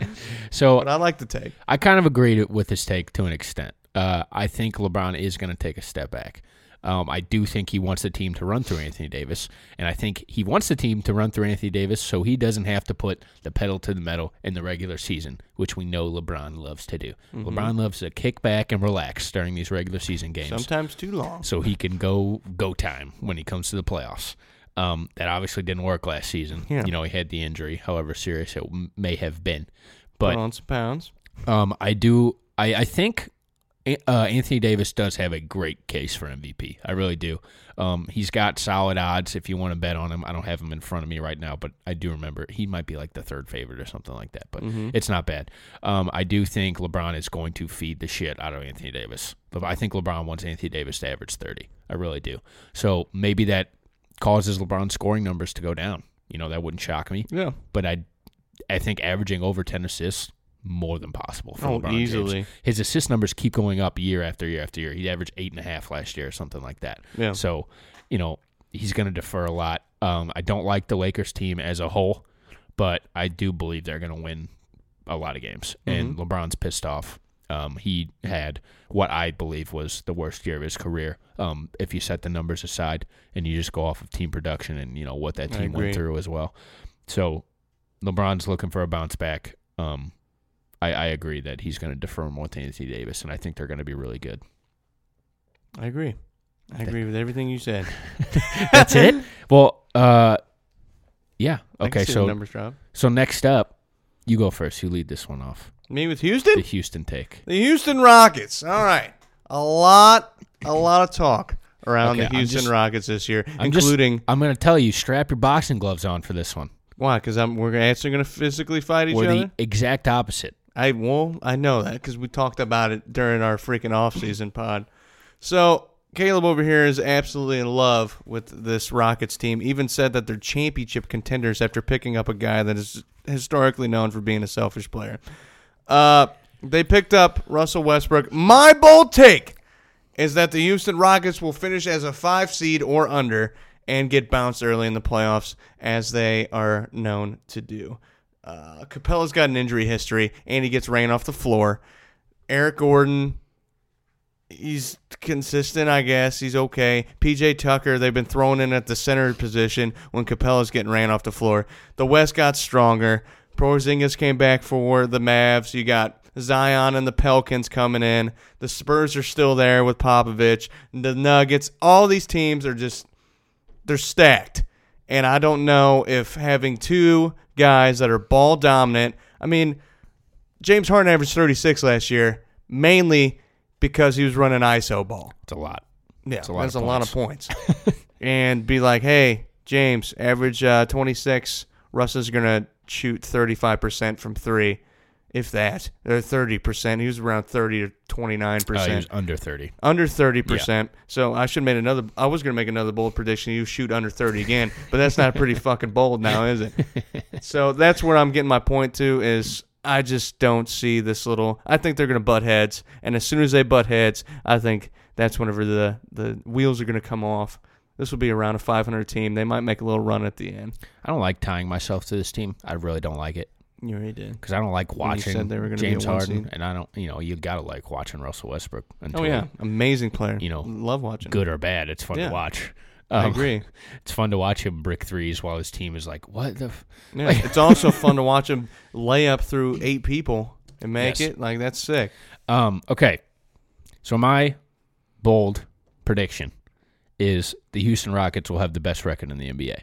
S1: So
S2: But I like the take.
S1: I kind of agreed with his take to an extent. Uh, I think LeBron is going to take a step back. Um, I do think he wants the team to run through Anthony Davis, and I think he wants the team to run through Anthony Davis so he doesn't have to put the pedal to the metal in the regular season, which we know LeBron loves to do.
S2: Mm-hmm.
S1: LeBron loves to kick back and relax during these regular season games
S2: Sometimes too long.
S1: so he can go go time when he comes to the playoffs. Um, that obviously didn't work last season.
S2: Yeah.
S1: You know, he had the injury, however serious it m- may have been.
S2: Put
S1: But
S2: on some pounds.
S1: um, I do, I, I think uh, Anthony Davis does have a great case for MVP. I really do. Um, he's got solid odds if you want to bet on him. I don't have him in front of me right now, but I do remember he might be like the third favorite or something like that. But it's not bad. Um, I do think LeBron is going to feed the shit out of Anthony Davis. But I think LeBron wants Anthony Davis to average thirty. I really do. So maybe that causes LeBron's scoring numbers to go down. You know that wouldn't shock me
S2: Yeah.
S1: but I I think averaging over 10 assists more than possible for
S2: Oh,
S1: LeBron James.
S2: easily.
S1: His assist numbers keep going up year after year after year. He averaged eight and a half last year or something like that.
S2: Yeah.
S1: So, you know, he's going to defer a lot. Um, I don't like the Lakers team as a whole, but I do believe they're going to win a lot of games. And
S2: Mm-hmm.
S1: LeBron's pissed off. Um, he had what I believe was the worst year of his career. Um, if you set the numbers aside and you just go off of team production and you know what that
S2: I
S1: team
S2: agree.
S1: went through as well. So LeBron's looking for a bounce back. Um, I, I agree that he's going to defer more to Anthony Davis, and I think they're going to be really good.
S2: I agree. I agree with everything you said.
S1: That's it. Well, uh, yeah.
S2: I can
S1: Okay.
S2: see the
S1: So
S2: numbers drop.
S1: So next up, you go first. You lead this one off.
S2: Me with Houston?
S1: The Houston take.
S2: The Houston Rockets. All right. A lot a lot of talk around
S1: Okay,
S2: the
S1: I'm
S2: Houston
S1: just-
S2: Rockets this year,
S1: I'm just-
S2: including
S1: I'm going to tell you, strap your boxing gloves on for this one.
S2: why? Because I'm we're actually going to physically fight each
S1: We're
S2: other.
S1: the exact opposite.
S2: I well, I know that because we talked about it during our freaking off season pod. So Caleb over here is absolutely in love with this Rockets team. Even said that they're championship contenders after picking up a guy that is historically known for being a selfish player. Uh, they picked up Russell Westbrook. My bold take is that the Houston Rockets will finish as a five seed or under and get bounced early in the playoffs, as they are known to do. Uh, Capella's got an injury history, and he gets ran off the floor. Eric Gordon, he's consistent, I guess. He's okay. PJ Tucker, they've been thrown in at the center position when Capella's getting ran off the floor. The West got stronger. Porzingis came back for the Mavs. You got Zion and the Pelicans coming in. The Spurs are still there with Popovich. The Nuggets, all these teams are just they're stacked. And I don't know if having two guys that are ball dominant, I mean, James Harden averaged 36 last year, mainly because he was running ISO ball.
S1: It's a lot.
S2: Yeah,
S1: It's
S2: that's
S1: a
S2: a
S1: lot
S2: lot,
S1: of
S2: of points. and be like, hey, James, average uh, 26. Russ is going to shoot 35% from three, if that, or 30%. He was around 30 to 29%.
S1: Uh, he was under 30.
S2: Under 30%. So I should have made another, I was going to make another bold prediction. You shoot under 30 again, but that's not pretty fucking bold now, is it? So that's where I'm getting my point to is I just don't see this little. I think they're going to butt heads, and as soon as they butt heads, I think that's whenever the the wheels are going to come off. This will be around a 500 team. They might make a little run at the end.
S1: I don't like tying myself to this team. I really don't like it.
S2: You already did.
S1: because I don't like
S2: When you
S1: watching
S2: said they were gonna be a
S1: James
S2: one
S1: Harden,
S2: seed.
S1: and I don't. You know, you gotta like watching Russell Westbrook. Until,
S2: Oh yeah, amazing player.
S1: you know,
S2: love watching.
S1: good or bad, it's fun
S2: Yeah.
S1: to watch. Um,
S2: I agree.
S1: It's fun to watch him brick threes while his team is like, "What the?" F-?
S2: Yeah,
S1: Like-
S2: it's also fun to watch him lay up through eight people and make
S1: Yes.
S2: it. Like that's sick.
S1: Um, okay, so my bold prediction is the Houston Rockets will have the best record in the NBA.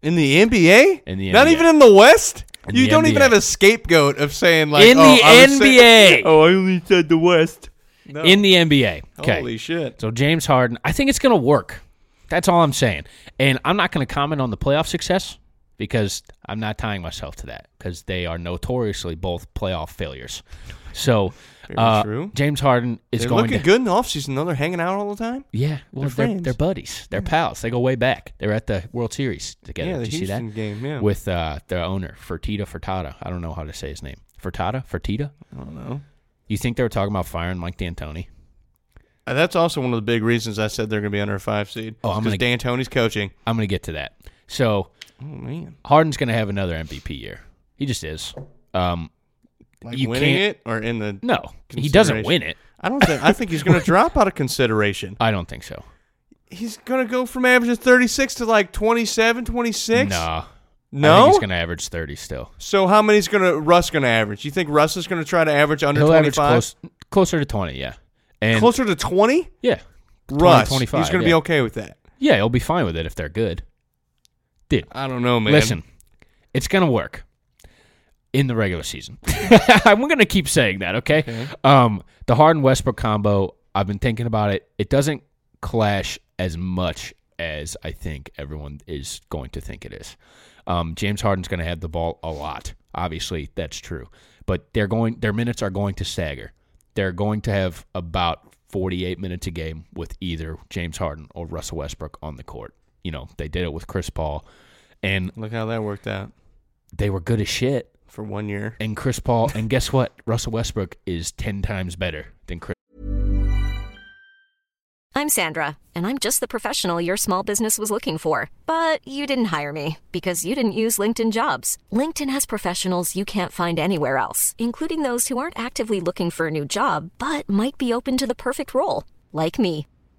S2: In the NBA?
S1: In the
S2: Not
S1: NBA.
S2: even in the West?
S1: In
S2: you
S1: the
S2: don't even
S1: NBA.
S2: have a scapegoat of saying like
S1: In
S2: oh,
S1: the
S2: I was sa-
S1: NBA.
S2: oh, I only said the West. No.
S1: in the NBA. Okay.
S2: Oh. Holy shit.
S1: So James Harden, I think it's going to work. That's all I'm saying. And I'm not going to comment on the playoff success because I'm not tying myself to that because they are notoriously both playoff failures. So
S2: Very
S1: uh,
S2: true.
S1: James Harden is
S2: they're
S1: going
S2: looking
S1: to
S2: good in the offseason though. They're hanging out all the time.
S1: yeah, well,
S2: They're
S1: they're, they're,
S2: friends.
S1: buddies. They're pals. They go way back. They were at the World Series together.
S2: Yeah, the
S1: Did you see
S2: Houston
S1: that
S2: game, yeah.
S1: with uh, their owner Fertitta Fertata. I don't know how to say his name. Fertata Fertitta.
S2: I don't know.
S1: You think they were talking about firing Mike D'Antoni?
S2: Uh, That's also one of the big reasons I said they're going to be under a five seed.
S1: Oh, I'm
S2: because
S1: gonna-
S2: D'Antoni's coaching.
S1: I'm going to get to that. So
S2: Oh man,
S1: Harden's going to have another MVP year. He just is. Um,
S2: like
S1: You
S2: winning
S1: can't-
S2: it or in the
S1: no, he doesn't win it.
S2: I don't think. I think he's going to drop out of consideration.
S1: I don't think so.
S2: He's going to go from averaging 36 to like 27, 26.
S1: Nah.
S2: No?
S1: I think he's going to average 30 still.
S2: So how many's going to Russ going to average? You think Russ is going to try to average under
S1: He'll average
S2: 25?
S1: close, closer to 20, yeah. And
S2: Closer to 20?
S1: Yeah. 20,
S2: Russ,
S1: 25,
S2: he's going to
S1: yeah.
S2: be okay with that.
S1: Yeah, he'll be fine with it if they're good. Dude,
S2: I don't know, man.
S1: listen, it's going to work in the regular season. I'm going to keep saying that, okay? Um, the Harden Westbrook combo, I've been thinking about it. It doesn't clash as much as I think everyone is going to think it is. Um, James Harden's going to have the ball a lot. Obviously, that's true. But they're going their minutes are going to stagger. They're going to have about 48 minutes a game with either James Harden or Russell Westbrook on the court. You know, they did it with Chris Paul. And
S2: Look how that worked out.
S1: they were good as shit.
S2: for one year.
S1: And Chris Paul, and guess what? Russell Westbrook is 10 times better than Chris.
S7: I'm Sandra, and I'm just the professional your small business was looking for. But you didn't hire me because you didn't use LinkedIn jobs. LinkedIn has professionals you can't find anywhere else, including those who aren't actively looking for a new job but might be open to the perfect role, like me.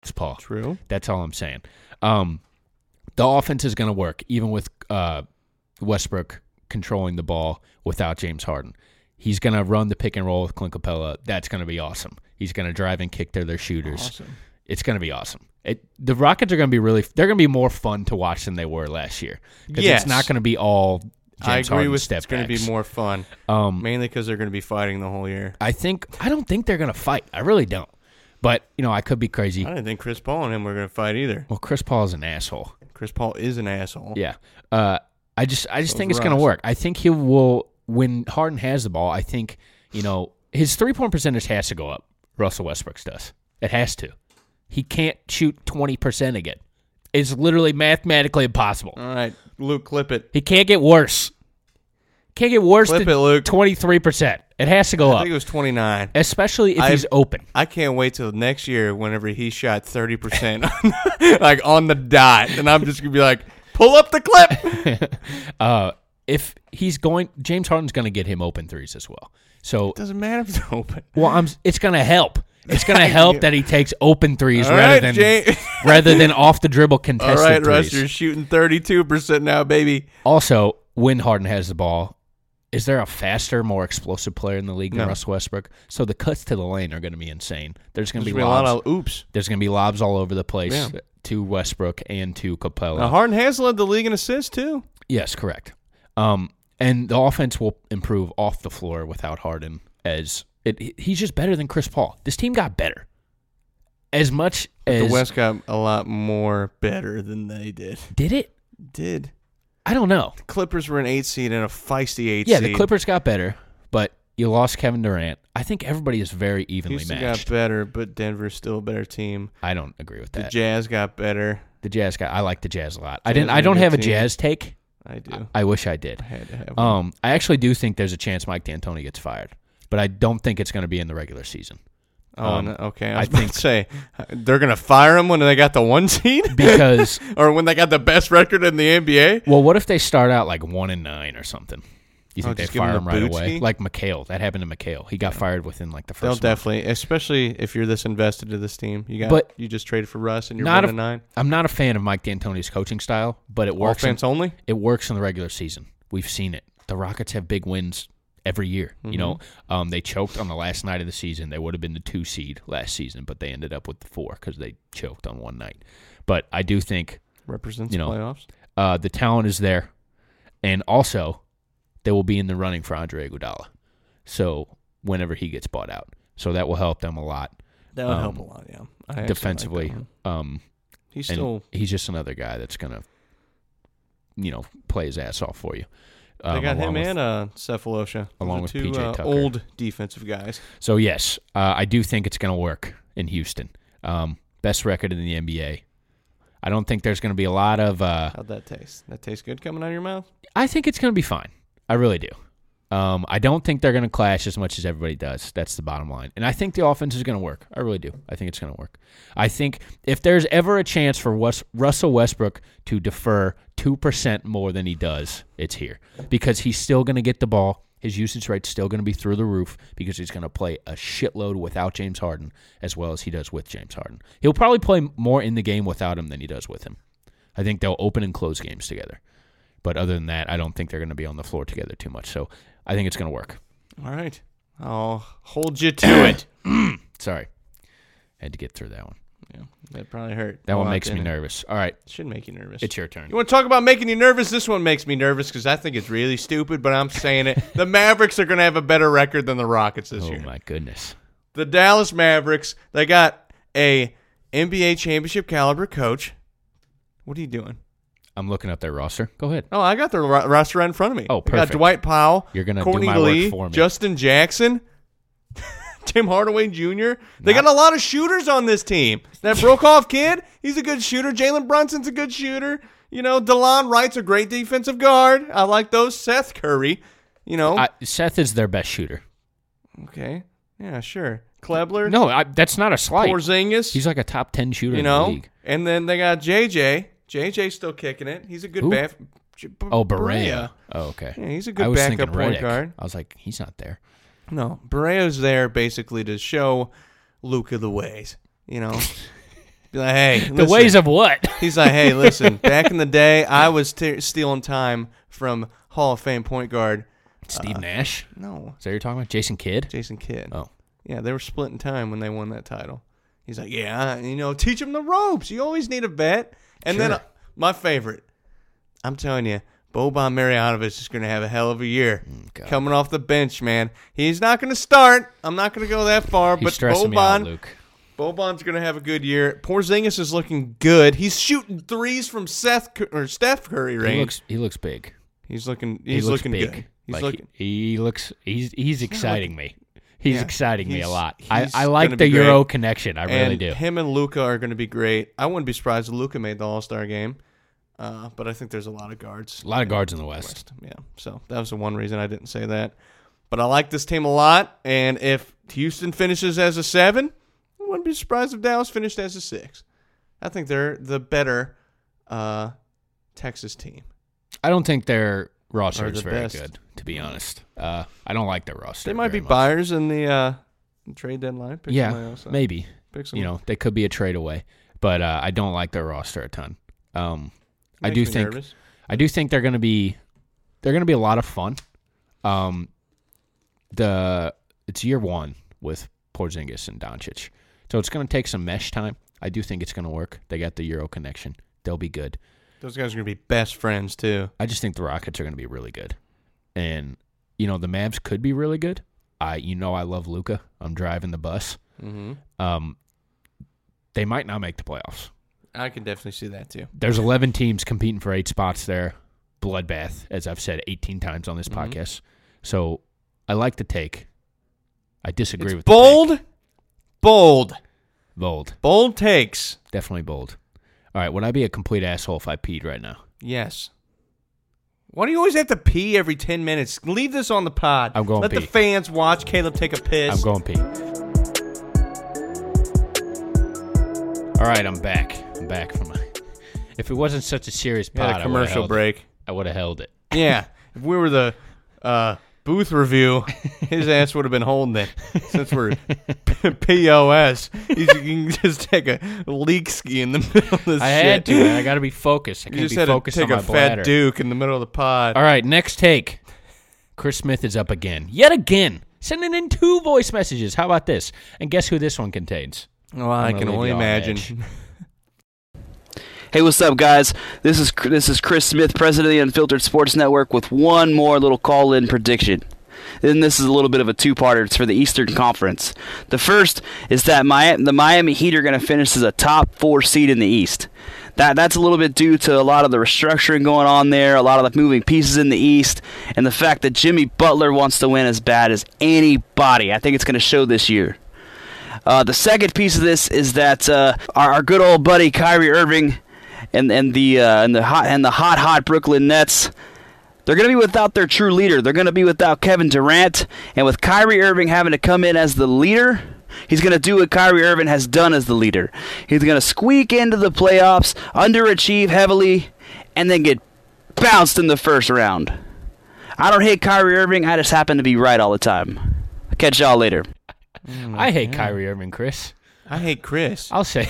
S1: Chris Paul. True. That's all I'm saying. Um, the offense is going to work even with uh, Westbrook controlling the ball without James Harden. He's going to run the pick and roll with Clint Capella. That's going to be awesome. He's going to drive and kick to their shooters.
S2: Awesome.
S1: It's going to be awesome. It, the Rockets are going to be really. They're going to be more fun to watch than they were last year. 'Cause
S2: Yes.
S1: It's not going to be all. James
S2: I agree
S1: Harden
S2: with
S1: step
S2: it's going to be
S1: backs.
S2: more fun,
S1: Um,
S2: mainly because they're going to be fighting the whole year.
S1: I think I don't think they're going to fight. I really don't. But you know, I could be crazy.
S2: I didn't think Chris Paul and him were going to fight either.
S1: Well, Chris Paul is an asshole.
S2: Chris Paul is an asshole.
S1: Yeah. Uh, I just I just
S2: Those
S1: think it's going to
S2: Russ.
S1: work. I think he will when Harden has the ball. I think you know his three point percentage has to go up. Russell Westbrook's does. It has to. He can't shoot twenty percent again. It's literally mathematically impossible.
S2: All right, Luke, clip it.
S1: He can't get worse. Can't get worse
S2: Clip it,
S1: than
S2: Luke.
S1: twenty three percent. It has to go
S2: I
S1: up,
S2: think it was 29.
S1: especially if
S2: I-
S1: he's open.
S2: I can't wait till next year whenever he shot 30% on- like on the dot and I'm just going to be like pull up the clip.
S1: uh, if he's going, James Harden's going to get him open threes as well. So it
S2: doesn't matter if it's open.
S1: Well, I'm. It's going to help. It's going to help that he takes open threes
S2: All
S1: rather
S2: right,
S1: than
S2: Jay-
S1: rather than off the dribble
S2: All
S1: contested
S2: right,
S1: threes.
S2: Russ, you're shooting 32% now, baby.
S1: Also, when Harden has the ball, is there a faster, more explosive player in the league than
S2: No.
S1: Russell Westbrook? So the cuts to the lane are going to be insane. There's going to
S2: There's
S1: be
S2: gonna be a lot
S1: lobs.
S2: of oops.
S1: There's going to be lobs all over the place
S2: Yeah.
S1: to Westbrook and to Capella.
S2: Now Harden has led the league in assists too.
S1: Yes, correct. Um, and the offense will improve off the floor without Harden. As it, he- he's just better than Chris Paul. This team got better. As much
S2: But
S1: as
S2: the West got a lot more better than they did.
S1: did it,
S2: Did.
S1: I don't know.
S2: The Clippers were an 8 seed and a feisty 8
S1: Yeah,
S2: seed.
S1: the Clippers got better, but you lost Kevin Durant. I think everybody is very evenly
S2: Houston
S1: matched.
S2: got better, but Denver's still a better team.
S1: I don't agree with
S2: The
S1: that.
S2: Jazz got better.
S1: The Jazz guy, I like the Jazz a lot. I
S2: Jazz
S1: didn't.
S2: are
S1: I
S2: a
S1: don't
S2: good
S1: have a
S2: team.
S1: Jazz take.
S2: I do.
S1: I wish I did.
S2: I had to have one.
S1: um, I actually do think there's a chance Mike D'Antoni gets fired, but I don't think it's going to be in the regular season.
S2: Oh,
S1: Um,
S2: no, okay. I
S1: I
S2: was about
S1: think
S2: to say they're gonna fire him when they got the one seed
S1: Because-
S2: or when they got the best record in the NBA.
S1: Well, what if they start out like one and nine or something? You
S2: Oh,
S1: think they
S2: just give 'em
S1: fire
S2: the
S1: him right
S2: boot
S1: away?
S2: ski?
S1: Like McHale, that happened to McHale. He got fired within like the
S2: They'll
S1: first. month.
S2: definitely, especially if you're this invested to this team. You got,
S1: But-
S2: you just traded for Russ and you're
S1: Not
S2: one
S1: a,
S2: and nine.
S1: I'm not a fan of Mike D'Antoni's coaching style, but it works.
S2: Offense only?
S1: It works in the regular season. We've seen it. The Rockets have big wins every year.
S2: Mm-hmm.
S1: You know, um, they choked on the last night of the season. They would have been the two seed last season, but they ended up with the four because they choked on one night. But I do think
S2: Represents
S1: you know,
S2: playoffs.
S1: Uh, the talent is there, and also they will be in the running for Andre Iguodala. So whenever he gets bought out, so that will help them a lot.
S2: That would help a lot, yeah. I actually like that
S1: um, defensively,
S2: one.
S1: um,
S2: He's
S1: and
S2: still-
S1: he's just another guy that's gonna, you know, play his ass off for you.
S2: they
S1: Um,
S2: got
S1: along
S2: him
S1: with-
S2: and uh, Cephalosha, Those
S1: along
S2: are
S1: with
S2: two,
S1: PJ
S2: uh,
S1: Tucker.
S2: old defensive guys.
S1: So yes, uh, I do think it's going to work in Houston. Um, best record in the NBA. I don't think there's going to be a lot of. Uh,
S2: How'd that taste? That tastes good coming out of your mouth.
S1: I think it's going to be fine. I really do. Um, I don't think they're going to clash as much as everybody does. That's the bottom line. And I think the offense is going to work. I really do. I think it's going to work. I think if there's ever a chance for Wes- Russell Westbrook to defer 2% more than he does, it's here because he's still going to get the ball. His usage rate's still going to be through the roof because he's going to play a shitload without James Harden as well as he does with James Harden. He'll probably play more in the game without him than he does with him. I think they'll open and close games together. But other than that, I don't think they're going to be on the floor together too much. So I think it's going to work.
S2: All right. I'll hold you to it.
S1: Sorry. Had to get through that one.
S2: Yeah, that probably hurt.
S1: That
S2: a
S1: one
S2: lot,
S1: makes me
S2: didn't it?
S1: nervous. All right.
S2: Should make you nervous.
S1: It's your turn.
S2: You want to talk about making you nervous? This one makes me nervous because I think it's really stupid, but I'm saying it. The Mavericks are going to have a better record than the Rockets this
S1: oh,
S2: year.
S1: my goodness.
S2: The Dallas Mavericks, they got a NBA championship caliber coach. What are you doing?
S1: I'm looking up their roster. Go ahead.
S2: Oh, I got the ro- roster right in front of me.
S1: Oh,
S2: They
S1: perfect.
S2: got Dwight Powell.
S1: You're gonna do
S2: Courtney
S1: my work
S2: Lee,
S1: for me.
S2: Justin Jackson, Tim Hardaway Jr. They got a lot of shooters on this team. That Brokoff kid, he's a good shooter. Jalen Brunson's a good shooter. You know, DeLon Wright's a great defensive guard. I like those. Seth Curry, you know.
S1: I, Seth is their best shooter.
S2: okay. Yeah, sure. Klebler.
S1: No, I, that's not a slight.
S2: Porzingis.
S1: He's like a top 10 shooter
S2: you
S1: in
S2: know.
S1: the league.
S2: And then they got JJ. JJ's still kicking it. He's a good
S1: Who?
S2: back.
S1: Oh, Berea. Oh, okay.
S2: Yeah, he's a good
S1: I was
S2: backup
S1: thinking
S2: point
S1: Redick.
S2: guard.
S1: I was like, he's not there.
S2: No, Barreo's there basically to show Luca the ways. You know, be like, hey,
S1: The
S2: listen."
S1: ways of what?
S2: He's like, hey, listen. Back in the day, I was te- stealing time from Hall of Fame point guard uh,
S1: Steve Nash?
S2: No.
S1: Is that what you're talking about? Jason Kidd?
S2: Jason Kidd.
S1: Oh.
S2: Yeah, they were splitting time when they won that title. He's like, yeah, I- you know, teach him the ropes. You always need a vet. And then
S1: Sure.
S2: uh, my favorite, I'm telling you, Boban Marjanovic is going to have a hell of a year.
S1: Mm,
S2: Coming off the bench, man. He's not going to start. I'm not going to go that far,
S1: He's
S2: but
S1: stressing me out,
S2: Boban,
S1: Luke.
S2: Boban's going to have a good year. Porzingis is looking good. He's shooting threes from Seth Cur- or Steph Curry range.
S1: He looks, he looks big.
S2: he's looking.
S1: He
S2: He's
S1: looks
S2: looking
S1: big.
S2: good. He's
S1: Like,
S2: looking.
S1: He, he looks. He's he's exciting me. He's
S2: Yeah,
S1: exciting me a
S2: he's-
S1: lot. I,
S2: he's
S1: I like
S2: gonna
S1: the
S2: be great.
S1: Euro connection. I really
S2: And
S1: do.
S2: Him and Luca are going to be great. I wouldn't be surprised if Luca made the All Star game, uh, but I think there's a lot of guards.
S1: A lot of guards in the West.
S2: Yeah, so that was the one reason I didn't say that. But I like this team a lot, and if Houston finishes as a seven, I wouldn't be surprised if Dallas finished as a six. I think they're the better uh, Texas team.
S1: I don't think their roster
S2: Are
S1: is
S2: the
S1: very
S2: best.
S1: good, to be honest. Uh, I don't like their roster.
S2: They might be
S1: very much.
S2: buyers in the uh, trade deadline. Pick somebody
S1: yeah,
S2: else up.
S1: maybe.
S2: Pick some,
S1: You know, they could be a trade away, but uh, I don't like their roster a ton. Um, I
S2: Makes
S1: do
S2: me
S1: think
S2: nervous.
S1: I do think they're going to be they're going to be a lot of fun. Um, the it's year one with Porzingis and Doncic, so it's going to take some mesh time. I do think it's going to work. They got the Euro connection. They'll be good.
S2: those guys are going to be best friends too.
S1: I just think the Rockets are going to be really good, and you know the Mavs could be really good. I you know I love Luca. I'm driving the bus.
S2: Mm-hmm.
S1: Um, they might not make the playoffs.
S2: I can definitely see that too.
S1: There's 11 teams competing for eight spots there. Bloodbath, as I've said 18 times on this
S2: Mhm.
S1: podcast. So I like the take. I disagree
S2: It's
S1: with the take.
S2: bold, bold,
S1: bold,
S2: bold takes.
S1: definitely bold. All right, would I be a complete asshole if I peed right now?
S2: Yes. Why do you always have to pee every ten minutes? Leave this on the pod.
S1: I'm going
S2: Let the
S1: pee.
S2: fans watch Caleb take a piss.
S1: I'm going pee. All right, I'm back. I'm back from my. If it wasn't such a serious
S2: We had a
S1: pod, I would've
S2: commercial
S1: held it.
S2: break.
S1: I would have held it.
S2: Yeah. If we were the uh, booth review, his ass would have been holding it. Since we're POS, you can just take a leak ski in the middle of this
S1: I
S2: shit.
S1: had to. Man. I got to be focused. I can't
S2: you just
S1: be
S2: had to
S1: focused
S2: take
S1: on my
S2: a
S1: bladder.
S2: fat duke in the middle of the pod.
S1: All right, next take. Chris Smith is up again. Yet again. Sending in two voice messages. How about this? And guess who this one contains?
S2: Well, I
S1: I'm gonna
S2: can
S1: leave
S2: only
S1: you on
S2: imagine.
S1: edge.
S6: Hey, what's up, guys? This is this is Chris Smith, president of the Unfiltered Sports Network, with one more little call-in prediction. And this is a little bit of a two-parter. It's for the Eastern Conference. The first is that Miami, the Miami Heat are going to finish as a top four seed in the East. That that's a little bit due to a lot of the restructuring going on there, a lot of the moving pieces in the East, and the fact that Jimmy Butler wants to win as bad as anybody. I think it's going to show this year. Uh, the second piece of this is that uh, our, our good old buddy Kyrie Irving and and the uh, and the hot and the hot hot Brooklyn Nets. They're going to be without their true leader. They're going to be without Kevin Durant, and with Kyrie Irving having to come in as the leader, he's going to do what Kyrie Irving has done as the leader. He's going to squeak into the playoffs, underachieve heavily, and then get bounced in the first round. I don't hate Kyrie Irving. I just happen to be right all the time. Catch y'all later.
S1: I hate Kyrie Irving, Chris.
S2: I hate Chris.
S1: I'll say.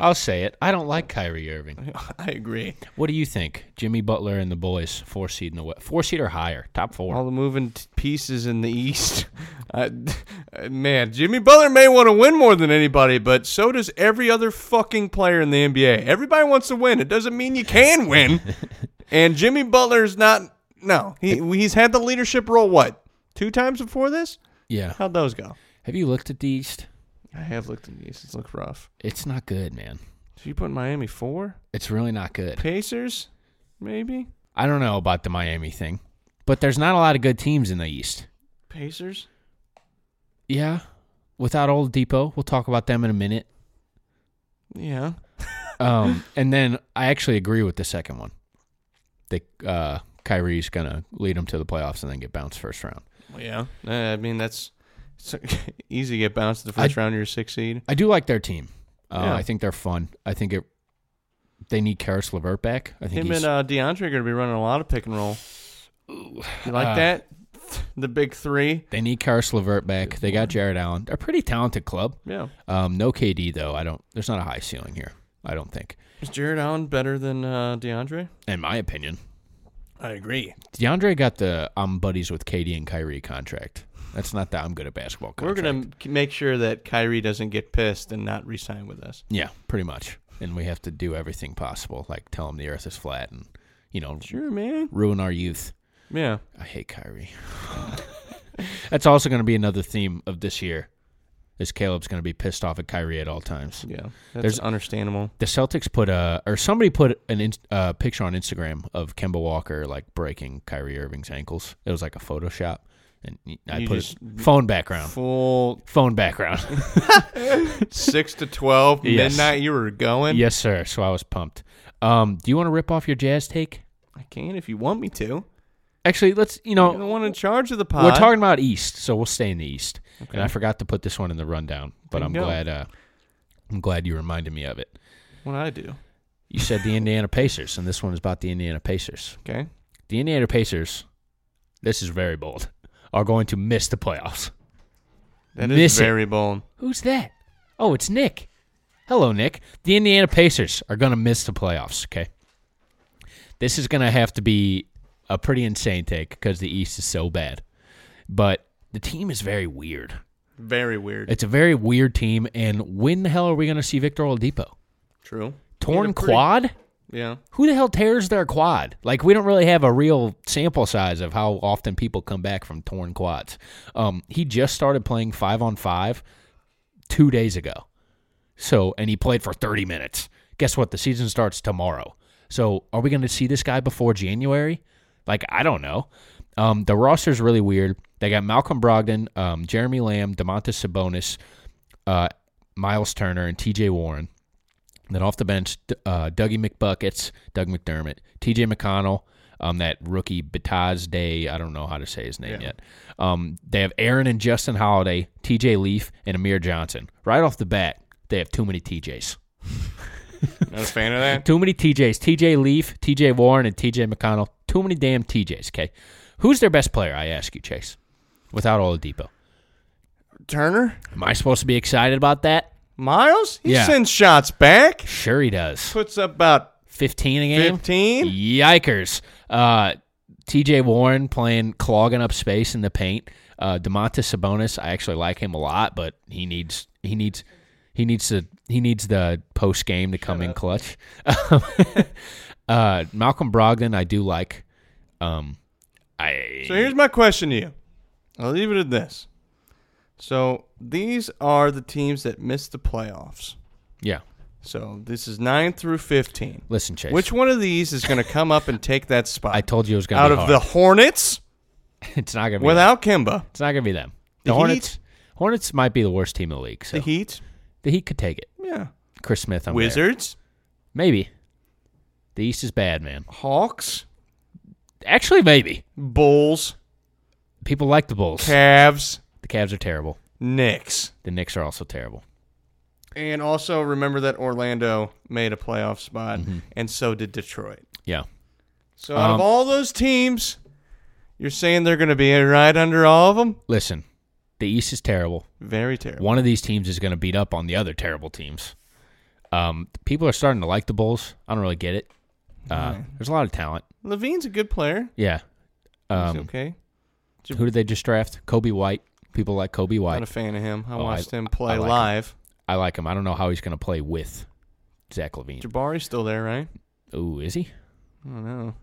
S1: I'll say it. I don't like Kyrie Irving.
S2: I agree.
S1: What do you think, Jimmy Butler and the boys? Four seed in the West, four seed or higher, top four.
S2: All the moving t- pieces in the East. I, man, Jimmy Butler may want to win more than anybody, but so does every other fucking player in the NBA. Everybody wants to win. It doesn't mean you can win. and Jimmy Butler's not. No, he he's had the leadership role what two times before this.
S1: Yeah.
S2: How'd those go?
S1: Have you looked at the East?
S2: I have looked at the East. It's looked rough.
S1: It's not good, man.
S2: So you put Miami four?
S1: It's really not good.
S2: Pacers, maybe.
S1: I don't know about the Miami thing, but there's not a lot of good teams in the East.
S2: Pacers.
S1: Yeah. Without Old Depot, we'll talk about them in a minute.
S2: Yeah.
S1: Um, and then I actually agree with the second one. That uh, Kyrie's gonna lead them to the playoffs and then get bounced first round.
S2: Yeah. Uh, I mean that's it's easy to get bounced in the first
S1: I-
S2: round. You're a six seed.
S1: I do like their team. Uh,
S2: Yeah.
S1: I think they're fun. I think it. They need Karis LeVert back. I think
S2: Him
S1: he's,
S2: and uh, DeAndre are going to be running a lot of pick and roll. You like
S1: Uh,
S2: that? The big three.
S1: they need Karis LeVert back. They got Jared Allen. They're a pretty talented club.
S2: Yeah.
S1: Um, no KD though. I don't. There's not a high ceiling here. I don't think,
S2: Is Jared Allen better than uh, DeAndre?
S1: in my opinion.
S2: I agree.
S1: DeAndre got the I'm buddies with KD and Kyrie contract. That's not that I'm good at basketball. Contract.
S2: We're going to make sure that Kyrie doesn't get pissed and not re-sign with us.
S1: Yeah, pretty much. And we have to do everything possible, like tell him the earth is flat and, you know,
S2: sure, man,
S1: ruin our youth.
S2: Yeah.
S1: I hate Kyrie. That's also going to be another theme of this year. Is Caleb's going to be pissed off at Kyrie at all times?
S2: Yeah, that's understandable.
S1: The Celtics put a or somebody put an in, uh, picture on Instagram of Kemba Walker like breaking Kyrie Irving's ankles. It was like a Photoshop, and I
S2: You
S1: put
S2: just-
S1: a phone background,
S2: full
S1: phone background.
S2: Six to twelve
S1: Yes.
S2: midnight. You were going.
S1: Yes, sir. So I was pumped. Um, do you want to rip off your jazz take?
S2: I can if you want me to.
S1: Actually, let's. You know,
S2: You're the one in charge of the pod.
S1: Oh. we're talking about East, so we'll stay in the East.
S2: Okay.
S1: And I forgot to put this one in the rundown, but
S2: There you
S1: I'm
S2: go.
S1: glad. Uh, I'm glad you reminded me of it.
S2: What I do.
S1: You said the Indiana Pacers, and this one is about the Indiana Pacers.
S2: Okay.
S1: The Indiana Pacers. This is very bold. Are going to miss the playoffs.
S2: That is
S1: Miss it.
S2: very bold.
S1: Who's that? Oh, it's Nick. Hello, Nick. The Indiana Pacers are going to miss the playoffs, okay? This is going to have to be a pretty insane take because the East is so bad. But the team is very weird.
S2: Very weird.
S1: It's a very weird team. And when the hell are we going to see Victor Oladipo?
S2: True. He had
S1: Torn
S2: a pretty-
S1: quad?
S2: Yeah.
S1: Who the hell tears their quad? Like, we don't really have a real sample size of how often people come back from torn quads. Um, he just started playing five on five two days ago. So, and he played for 30 minutes. Guess what? The season starts tomorrow. So, are we going to see this guy before January? Like, I don't know. Um, the roster's really weird. They got Malcolm Brogdon, um, Jeremy Lamb, DeMontis Sabonis, uh, Miles Turner, and TJ Warren. Then off the bench, D- uh, Dougie McBuckets, Doug McDermott, TJ McConnell, um, that rookie Bataz Day, I don't know how to say his name
S2: Yeah.
S1: yet. Um, they have Aaron and Justin Holiday, TJ Leaf, and Amir Johnson. Right off the bat, they have too many TJs.
S2: Not a fan of that.
S1: Too many TJs. TJ Leaf, TJ Warren, and TJ McConnell. Too many damn TJs, okay? Who's their best player, I ask you, Chase? Without Oladipo.
S2: Turner,
S1: Am I supposed to be excited about that?
S2: Miles, he
S1: Yeah.
S2: sends shots back.
S1: Sure he does.
S2: Puts up about
S1: 15 a game?
S2: 15.
S1: Yikers. Uh, TJ Warren playing clogging up space in the paint. Uh, DeMontis Sabonis, I actually like him a lot, but he needs he needs he needs to he needs the post game to come in clutch. uh, Malcolm Brogdon, I do like. Um, I
S2: So here's my question to you. I'll leave it at this. So these are the teams that missed the playoffs.
S1: yeah.
S2: So this is nine through fifteen.
S1: Listen, Chase.
S2: Which one of these is going to come up and take that spot?
S1: I told you it was going to
S2: out
S1: be
S2: of
S1: hard.
S2: the Hornets
S1: it's not going to be
S2: without Kimba,
S1: It's not going to be them. The,
S2: The
S1: Hornets.
S2: Heat?
S1: Hornets might be the worst team in the league. So.
S2: the Heat,
S1: The Heat could take it.
S2: yeah,
S1: Chris Smith. I'm there.
S2: Wizards,
S1: Maybe. The East is bad, man.
S2: Hawks,
S1: Actually, maybe.
S2: Bulls,
S1: People like the Bulls.
S2: Cavs,
S1: the Cavs are terrible.
S2: Knicks,
S1: The Knicks are also terrible.
S2: and also remember that Orlando made a playoff spot, and so did Detroit.
S1: Yeah.
S2: So out
S1: Mm-hmm. Um,
S2: of all those teams, you're saying they're going to be right under all of them?
S1: Listen, The East is terrible.
S2: Very terrible.
S1: One of these teams is going to beat up on the other terrible teams. Um, people are starting to like the Bulls. I don't really get it. Uh,
S2: Yeah.
S1: There's a lot of talent.
S2: Levine's a good player.
S1: Yeah. Um,
S2: okay.
S1: Who did they just draft? Kobe White. People like Kobe White.
S2: Not a fan of him. I watched him
S1: I
S2: play
S1: like him.
S2: live.
S1: I like him. I don't know how he's going to play with Zach Levine.
S2: Jabari's still there, right?
S1: Ooh, is he?
S2: I don't know.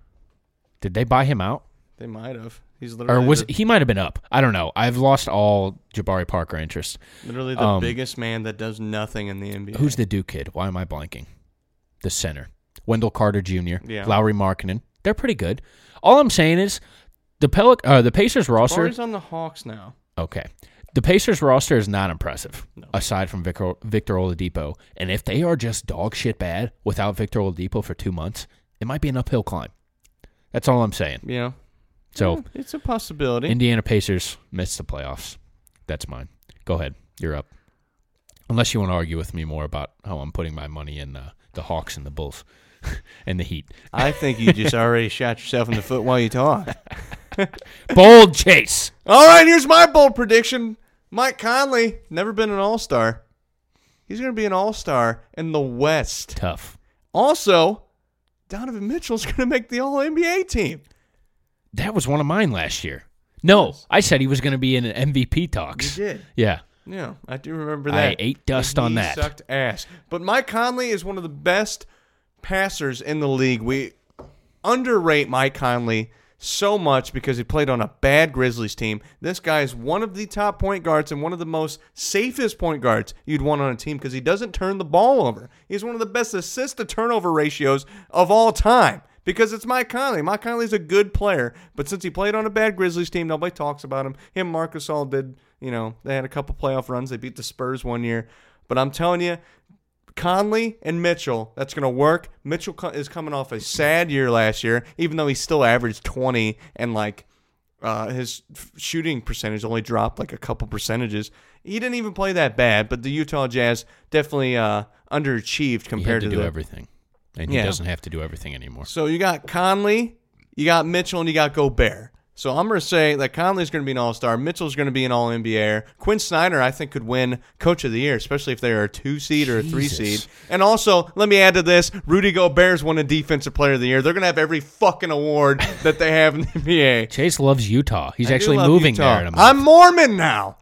S1: Did they buy him out?
S2: They might have. He's
S1: Or
S2: literally
S1: was
S2: the,
S1: he might have been up? I don't know. I've lost all Jabari Parker interest.
S2: literally the
S1: Um,
S2: biggest man that does nothing in the NBA.
S1: Who's the Duke kid? Why am I blanking? The center. Wendell Carter Jr.
S2: Yeah.
S1: Lowry Markinen. They're pretty good. All I'm saying is the Pelic- uh, the Pacers roster.
S2: Jabari's on the Hawks now.
S1: Okay. The Pacers roster is not impressive, aside from Victor, Victor Oladipo. And if they are just dog shit bad without Victor Oladipo for two months, it might be an uphill climb. That's all I'm saying.
S2: Yeah.
S1: So
S2: Yeah, it's a possibility.
S1: Indiana Pacers miss the playoffs. That's mine. Go ahead. You're up. Unless you want to argue with me more about how I'm putting my money in uh, the Hawks and the Bulls and the Heat.
S2: I think you just already shot yourself in the foot while you talk.
S1: Bold chase.
S2: All right, here's my bold prediction. Mike Conley, never been an all star. He's going to be an all star in the West.
S1: Tough.
S2: Also, Donovan Mitchell's going to make the All NBA team.
S1: That was one of mine last year. No, I said he was going to be in an MVP talks.
S2: You did.
S1: Yeah.
S2: Yeah, I do remember
S1: I
S2: that.
S1: ate dust
S2: He
S1: on that.
S2: Sucked ass. But Mike Conley is one of the best passers in the league. We underrate Mike Conley so much because he played on a bad Grizzlies team. This guy is one of the top point guards and one of the most safest point guards you'd want on a team because he doesn't turn the ball over. He's one of the best assist to turnover ratios of all time. Because it's Mike Conley. Mike Conley's a good player, but since he played on a bad Grizzlies team, nobody talks about him. Him, and Marcus All did, you know, they had a couple playoff runs. They beat the Spurs one year. But I'm telling you, Conley and Mitchell, that's going to work. Mitchell co- is coming off a sad year last year, even though he still averaged 20 and like uh, his f- shooting percentage only dropped like a couple percentages. He didn't even play that bad, but the Utah Jazz definitely uh, underachieved compared
S1: he had to,
S2: the,
S1: do everything, and
S2: Yeah.
S1: he doesn't have to do everything anymore.
S2: So you got Conley, you got Mitchell, and you got Gobert. So I'm going to say that Conley's going to be an All Star. Mitchell's going to be an All NBAer. er. Quinn Snyder, I think, could win Coach of the Year, especially if they are a two seed or a three
S1: Jesus.
S2: seed. And also, let me add to this: Rudy Gobert's won a Defensive Player of the Year. They're going to have every fucking award that they have in the NBA.
S1: Chase loves Utah. He's
S2: I do
S1: actually
S2: love
S1: moving
S2: Utah.
S1: there. In a month.
S2: I'm Mormon now.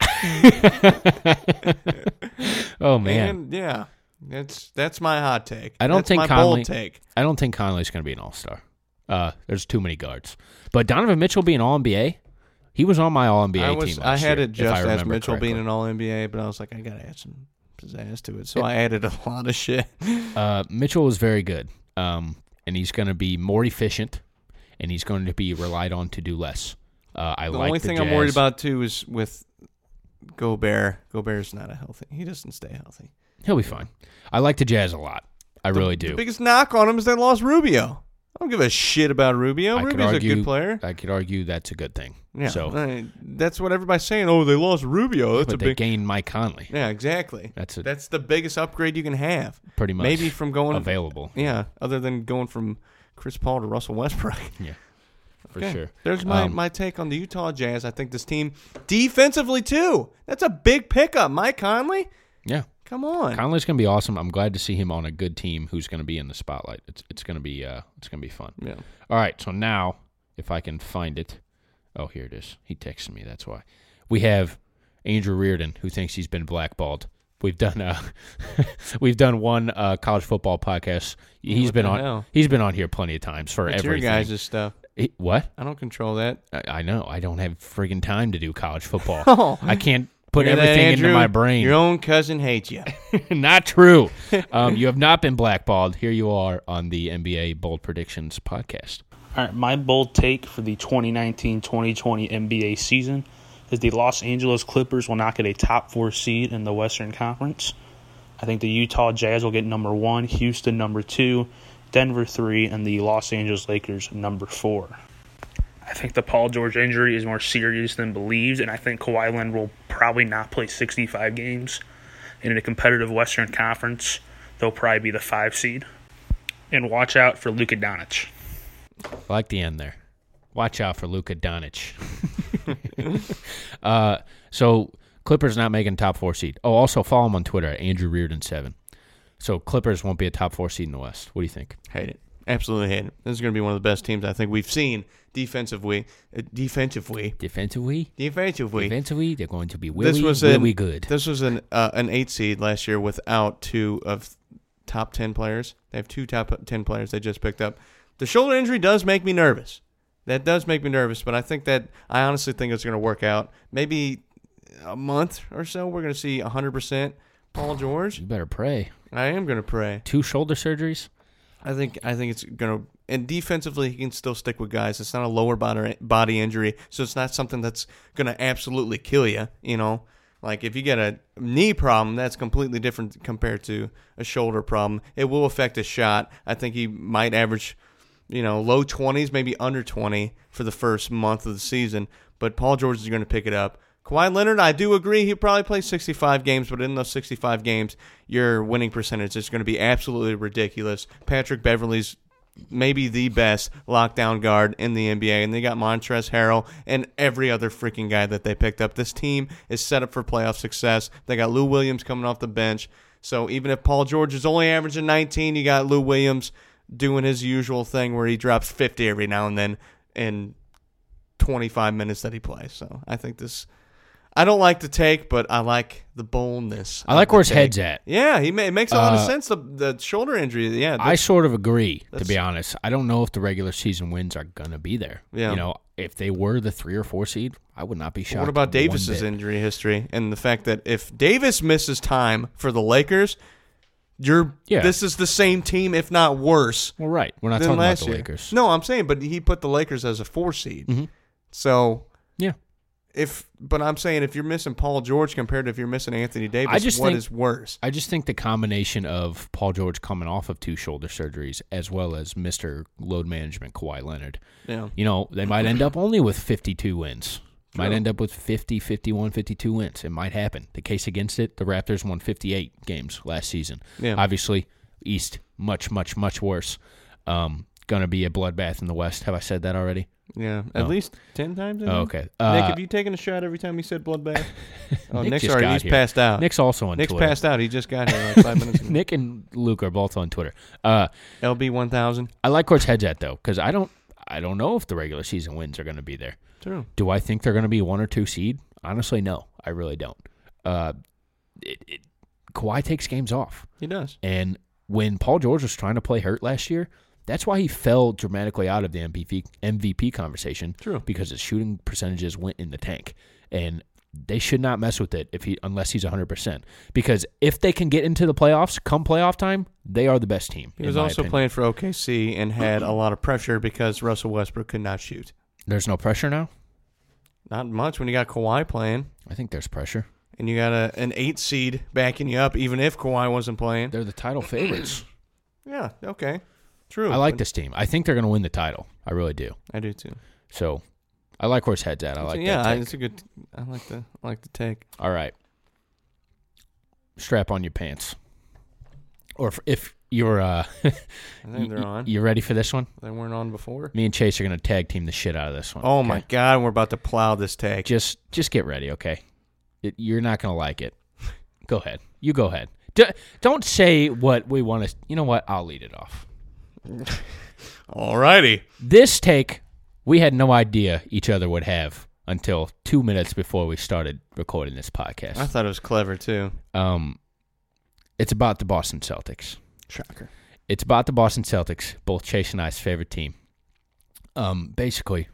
S1: oh man,
S2: And, yeah, that's that's my hot take.
S1: I don't
S2: That's
S1: think
S2: my
S1: Conley.
S2: bold take.
S1: I don't think Conley's going to be an All Star. Uh, there's too many guards. But Donovan Mitchell being All NBA, he was on my All NBA
S2: I was,
S1: team.
S2: I
S1: last
S2: had
S1: year,
S2: it
S1: if
S2: just
S1: I
S2: as
S1: remember
S2: Mitchell
S1: correctly.
S2: being an All NBA, but I was like, I gotta add some pizzazz to it, so I added a lot of shit.
S1: Uh, Mitchell was very good, um, and he's going to be more efficient, and he's going to be relied on to do less. Uh, I
S2: the
S1: like
S2: only
S1: the
S2: thing I'm worried
S1: Jazz.
S2: about too is with Gobert. Gobert's not a healthy. He doesn't stay healthy.
S1: He'll be fine. I like the Jazz a lot. I really do.
S2: The biggest knock on him is they lost Rubio. I don't give a shit about Rubio.
S1: I could
S2: Rubio's a good player.
S1: I could argue that's a good thing.
S2: Yeah,
S1: So,
S2: I- that's what everybody's saying. Oh, they lost Rubio. That's
S1: but
S2: a
S1: they
S2: big.
S1: gained Mike Conley.
S2: Yeah, exactly.
S1: That's a-
S2: that's the biggest upgrade you can have.
S1: Pretty much
S2: Maybe from going
S1: available.
S2: Yeah, other than going from Chris Paul to Russell Westbrook.
S1: Yeah, for
S2: Okay.
S1: sure.
S2: There's my,
S1: Um,
S2: my take on the Utah Jazz. I think this team defensively too. That's a big pickup. Mike Conley.
S1: yeah.
S2: Come on.
S1: Conley's gonna be awesome. I'm glad to see him on a good team who's gonna be in the spotlight. It's it's gonna be uh it's gonna be fun.
S2: Yeah.
S1: All right. So now, if I can find it, oh here it is. He texted me. That's why. We have Andrew Reardon who thinks he's been blackballed. We've done uh we've done one uh college football podcast. He's
S2: what
S1: been
S2: the
S1: on
S2: hell?
S1: he's been on here plenty of times for
S2: That's your
S1: everything.
S2: guys' stuff.
S1: He- what?
S2: I don't control that.
S1: I, I know. I don't have friggin' time to do college football.
S2: Oh.
S1: I can't put
S2: Hear that,
S1: everything
S2: Andrew?
S1: into my brain.
S2: Your own cousin hates you.
S1: not true. Um, you have not been blackballed. Here you are on the NBA Bold Predictions podcast.
S8: All right, my bold take for the 2019 2020 NBA season is the Los Angeles Clippers will not get a top four seed in the Western Conference. I think the Utah Jazz will get number one, Houston number two, Denver three, and the Los Angeles Lakers number four. I think the Paul George injury is more serious than believed, and I think Kawhi Leonard will probably not play 65 games. And in a competitive Western Conference, they'll probably be the five seed. And watch out for Luka Doncic.
S1: I like the end there. Watch out for Luka Doncic. uh, so Clippers not making top four seed. Oh, also follow him on Twitter at Andrew Reardon seven. So Clippers won't be a top four seed in the West. What do you think?
S2: Hate it. Absolutely hate it. This is going to be one of the best teams I think we've seen defensively. Uh, defensively.
S1: Defensively.
S2: Defensively.
S1: Defensively, they're going to be willy,
S2: This was
S1: willy
S2: an,
S1: good.
S2: This was an uh, an eight seed last year without two of top ten players. They have two top ten players they just picked up. The shoulder injury does make me nervous. That does make me nervous, but I think that I honestly think it's going to work out. Maybe a month or so, we're going to see 100% Paul George.
S1: You better pray.
S2: I am going to pray.
S1: Two shoulder surgeries.
S2: I think I think it's gonna and defensively he can still stick with guys. It's not a lower body body injury, so it's not something that's gonna absolutely kill you. You know, like if you get a knee problem, that's completely different compared to a shoulder problem. It will affect his shot. I think he might average, you know, low twenties, maybe under twenty for the first month of the season. But Paul George is gonna pick it up. Kawhi Leonard, I do agree he probably plays 65 games, but in those 65 games, your winning percentage is going to be absolutely ridiculous. Patrick Beverly's maybe the best lockdown guard in the NBA, and they got Montrezl Harrell and every other freaking guy that they picked up. This team is set up for playoff success. They got Lou Williams coming off the bench, so even if Paul George is only averaging 19, you got Lou Williams doing his usual thing where he drops 50 every now and then in 25 minutes that he plays. So I think this. I don't like the take, but I like the boldness.
S1: I like
S2: of the
S1: where his
S2: take.
S1: head's at.
S2: Yeah, he ma- it makes a lot of
S1: Uh,
S2: sense. The the shoulder injury. Yeah,
S1: I
S2: that's-
S1: sort of agree, to
S2: that's-
S1: be honest. I don't know if the regular season wins are gonna be there.
S2: Yeah.
S1: You know, if they were the three or four seed, I would not be shocked.
S2: What about
S1: one
S2: Davis's
S1: bit.
S2: injury history and the fact that if Davis misses time for the Lakers, you're
S1: Yeah.
S2: this is the same team, if not worse.
S1: Well, right. We're not
S2: than
S1: talking about
S2: last
S1: the
S2: year.
S1: Lakers.
S2: No, I'm saying, but he put the Lakers as a four seed.
S1: Mhm.
S2: So
S1: Yeah.
S2: if but I'm saying if you're missing Paul George compared to if you're missing Anthony Davis,
S1: I just
S2: what
S1: think,
S2: is worse?
S1: I just think the combination of Paul George coming off of two shoulder surgeries as well as Mr. Load Management Kawhi Leonard.
S2: Yeah.
S1: You know, they might end up only with 52 wins. Might
S2: True.
S1: end up with 50, 51, 52 wins. It might happen. The case against it, the Raptors won 58 games last season.
S2: Yeah.
S1: Obviously, East much, much, much worse. Um, going to be a bloodbath in the West. Have I said that already?
S2: Yeah, at
S1: No.
S2: least ten times. I
S1: Oh,
S2: think.
S1: okay.
S2: Nick,
S1: Uh,
S2: have you taken a shot every time you said bloodbath? oh,
S1: Nick
S2: Nick's
S1: just
S2: already
S1: got
S2: he's
S1: here.
S2: passed out.
S1: Nick's also on
S2: Uh, Nick's
S1: Twitter.
S2: passed out. He just got here like five minutes ago.
S1: Nick and Luke are both on Twitter. Uh,
S2: LB one thousand.
S1: I like where his head's at though, because I don't, I don't know if the regular season wins are going to be there.
S2: True.
S1: Do I think they're going to be one or two seed? Honestly, no, I really don't. Uh, it, it, Kawhi takes games off,
S2: He does.
S1: and when Paul George was trying to play hurt last year, that's why he fell dramatically out of the MVP MVP conversation.
S2: True.
S1: because his shooting percentages went in the tank, and they should not mess with it if he unless he's 100%. Because if they can get into the playoffs come playoff time, they are the best team.
S2: He
S1: in
S2: was
S1: my
S2: also
S1: opinion.
S2: playing for OKC and had a lot of pressure because Russell Westbrook could not shoot.
S1: There's no pressure now?
S2: Not much when you got Kawhi playing,
S1: I think there's pressure.
S2: and you got a, an eight seed backing you up, even if Kawhi wasn't playing.
S1: They're the title favorites.
S2: Yeah. Okay. True.
S1: I like this team. I think they're going to win the title. I really do.
S2: I do too.
S1: So I like where his head's at. I like
S2: yeah,
S1: that. take.
S2: it's a good. I like the. I like the take.
S1: All right. Strap on your pants. Or if, if you're uh
S2: I think they're on.
S1: You ready for this one?
S2: They weren't on before.
S1: Me and Chase are going to tag team the shit out of this one.
S2: Oh
S1: okay?
S2: my god, we're about to plow this tag.
S1: Just just get ready, okay? It, you're not going to like it. Go ahead. You go ahead. D- don't say what we want to. You know what? I'll lead it off.
S2: Alrighty.
S1: This take, we had no idea each other would have until two minutes before we started recording this podcast.
S2: I thought it was clever too.
S1: Um, it's about the Boston Celtics.
S2: Shocker.
S1: It's about the Boston Celtics, both Chase and I's favorite team. Um, basically,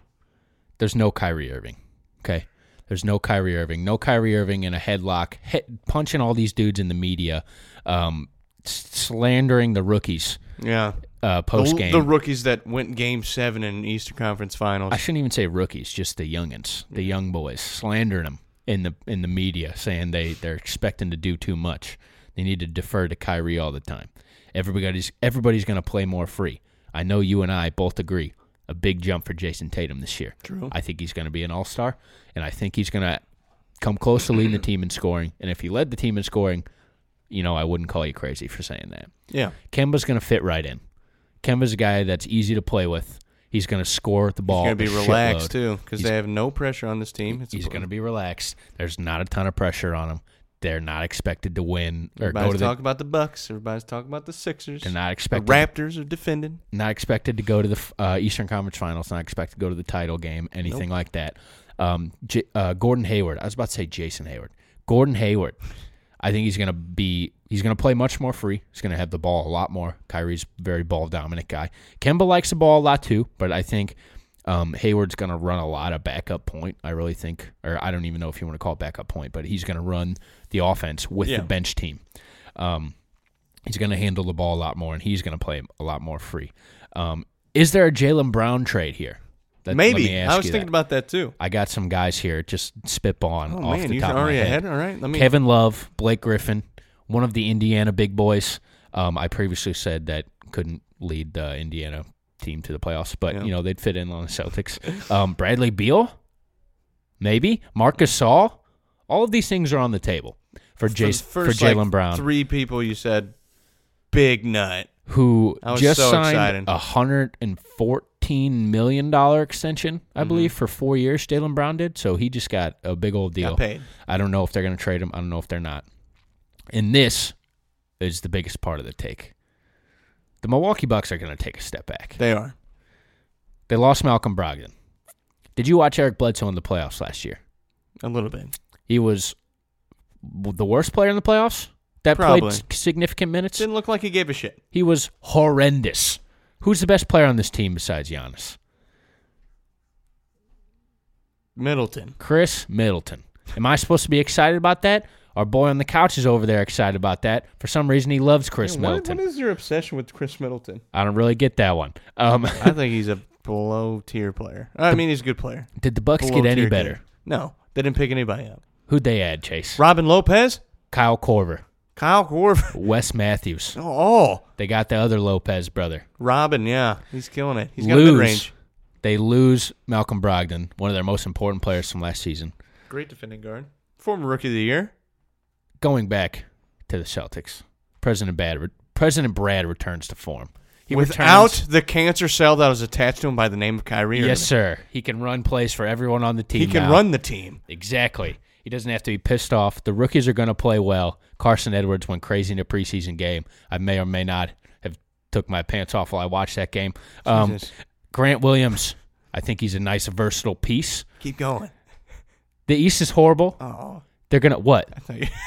S1: there's no Kyrie Irving. Okay, there's no Kyrie Irving. No Kyrie Irving in a headlock, head, punching all these dudes in the media, um, s- slandering the rookies.
S2: Yeah.
S1: Uh, post game,
S2: The, the rookies that went game seven in Eastern Conference Finals.
S1: I shouldn't even say rookies, just the youngins, the young boys, slandering them in the in the media, saying they they're expecting to do too much. They need to defer to Kyrie all the time. Everybody's everybody's going to play more free. I know you and I both agree. A big jump for Jason Tatum this year.
S2: True.
S1: I think he's going to be an All Star, and I think he's going to come close to leading the team in scoring. And if he led the team in scoring, you know I wouldn't call you crazy for saying that.
S2: Yeah.
S1: Kemba's going to fit right in. Kemba's a guy that's easy to play with. He's going to score the ball.
S2: He's going to be
S1: a
S2: relaxed
S1: shitload.
S2: too because
S1: He's-
S2: they have no pressure on this team. It's
S1: he's going to be relaxed. There's not a ton of pressure on him. They're not expected to win or go
S2: Everybody's
S1: to the
S2: talking about the Bucks. Everybody's talking about the Sixers.
S1: They're not expected.
S2: The Raptors are defending.
S1: Not expected to go to the f- uh, Eastern Conference Finals. Not expected to go to the title game. Anything
S2: Nope.
S1: like that. Um, J- uh, Gordon Hayward. I was about to say Jason Hayward. Gordon Hayward. I think he's going to be. He's going to play much more free. He's going to have the ball a lot more. Kyrie's a very ball dominant guy. Kemba likes the ball a lot too, but I think um, Hayward's going to run a lot of backup point. I really think, or I don't even know if you want to call it backup point, but he's going to run the offense with
S2: Yeah.
S1: the bench team. Um, he's going to handle the ball a lot more, and he's going to play a lot more free. Um, is there a Jalen Brown trade here? That- let
S2: Maybe.
S1: me ask
S2: I was
S1: you
S2: thinking about that too.
S1: I got some guys here just spitballing
S2: Oh,
S1: off
S2: man,
S1: the
S2: you're
S1: top
S2: already
S1: of my head.
S2: ahead? All right, let me-
S1: Kevin Love, Blake Griffin, one of the Indiana big boys. Um, I previously said that couldn't lead the Indiana team to the playoffs, but you know they'd fit in on the Celtics. Um, Bradley Beal, maybe Marcus Gasol. All of these things are on the table for
S2: the
S1: Jason for
S2: first,
S1: Jalen
S2: like,
S1: Brown,
S2: Three people you said, big nut.
S1: who
S2: I was
S1: just
S2: so
S1: signed
S2: excited.
S1: a hundred and fourteen million dollar extension, I
S2: Mm-hmm.
S1: believe, for four years. Jalen Brown did, so he just got a big old deal.
S2: paid.
S1: I don't know if they're going to trade him. I don't know if they're not. And this is the biggest part of the take. The Milwaukee Bucks are going to take a step back.
S2: They are.
S1: They lost Malcolm Brogdon. Did you watch Eric Bledsoe in the playoffs last year?
S2: A little bit.
S1: He was w- the worst player in the playoffs. That
S2: Probably.
S1: played s- significant minutes.
S2: Didn't look like he gave a shit.
S1: He was horrendous. Who's the best player on this team besides Giannis?
S2: Middleton.
S1: Chris Middleton. Am I supposed to be excited about that? Our boy on the couch is over there excited about that. For some reason, he loves Chris
S2: Yeah, what-
S1: Middleton.
S2: what is your obsession with Chris Middleton?
S1: I don't really get that one. Um,
S2: I think he's a below tier player. I
S1: The-
S2: mean, he's a good player.
S1: Did the Bucks
S2: Below
S1: get any
S2: tier
S1: better?
S2: kid. No, they didn't pick anybody up.
S1: Who'd they add, Chase?
S2: Robin Lopez,
S1: Kyle Corver,
S2: Kyle Korver.
S1: Wes Matthews.
S2: Oh,
S1: They got the other Lopez brother.
S2: Robin. Yeah, he's killing it. He's got a
S1: lose.
S2: good range.
S1: They lose Malcolm Brogdon, one of their most important players from last season.
S2: Great defending guard. Former rookie of the year.
S1: Going back to the Celtics, President Bad, President Brad returns to form. He
S2: Without
S1: returns-
S2: the cancer cell that was attached to him by the name of Kyrie.
S1: Yes,
S2: Irving.
S1: sir. He can run plays for everyone on the team.
S2: He can
S1: now.
S2: run the team.
S1: Exactly. He doesn't have to be pissed off. The rookies are going to play well. Carson Edwards went crazy in a preseason game. I may or may not have took my pants off while I watched that game. Um,
S2: Jesus.
S1: Grant Williams, I think he's a nice versatile piece.
S2: Keep going.
S1: The East is horrible.
S2: Oh.
S1: They're gonna what?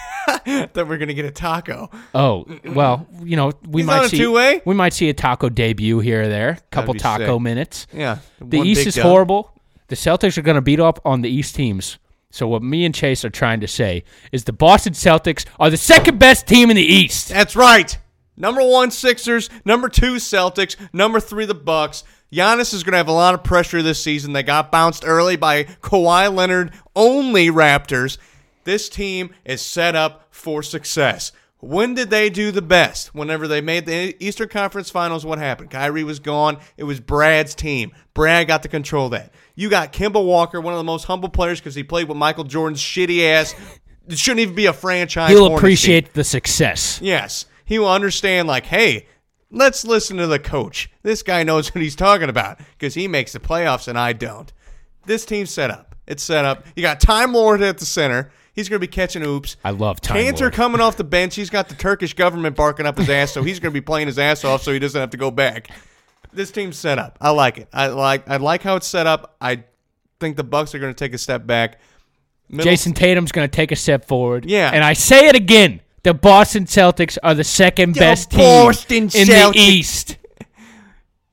S2: that we're gonna get a taco.
S1: Oh, well, you know we
S2: He's
S1: might
S2: on a
S1: see
S2: two-way?
S1: we might see a taco debut here or there, couple
S2: be
S1: taco
S2: sick.
S1: minutes.
S2: Yeah,
S1: the
S2: one
S1: East
S2: big
S1: is
S2: dub.
S1: horrible. The Celtics are going to beat up on the East teams. So what me and Chase are trying to say is the Boston Celtics are the second best team in the East.
S2: That's right. Number one Sixers, number two Celtics, number three the Bucks. Giannis is going to have a lot of pressure this season. They got bounced early by Kawhi Leonard only Raptors. This team is set up for success. When did they do the best? Whenever they made the Eastern Conference Finals, what happened? Kyrie was gone. It was Brad's team. Brad got to control that. You got Kimball Walker, one of the most humble players because he played with Michael Jordan's shitty ass. It shouldn't even be a franchise.
S1: He'll
S2: Hornets team.
S1: appreciate the success.
S2: Yes. He will understand, like, hey, let's listen to the coach. This guy knows what he's talking about because he makes the playoffs and I don't. This team's set up. It's set up. You got Time Lord at the center. He's going to be catching oops.
S1: I love time.
S2: Cancer
S1: Lord.
S2: coming off the bench. He's got the Turkish government barking up his ass, so he's going to be playing his ass off so he doesn't have to go back. This team's set up. I like it. I like I like how it's set up. I think the Bucks are going to take a step back. Middle-
S1: Jason Tatum's going to take a step forward.
S2: Yeah.
S1: And I say it again. The Boston Celtics are the second
S2: The
S1: best team
S2: Boston
S1: in the
S2: Celtics.
S1: East.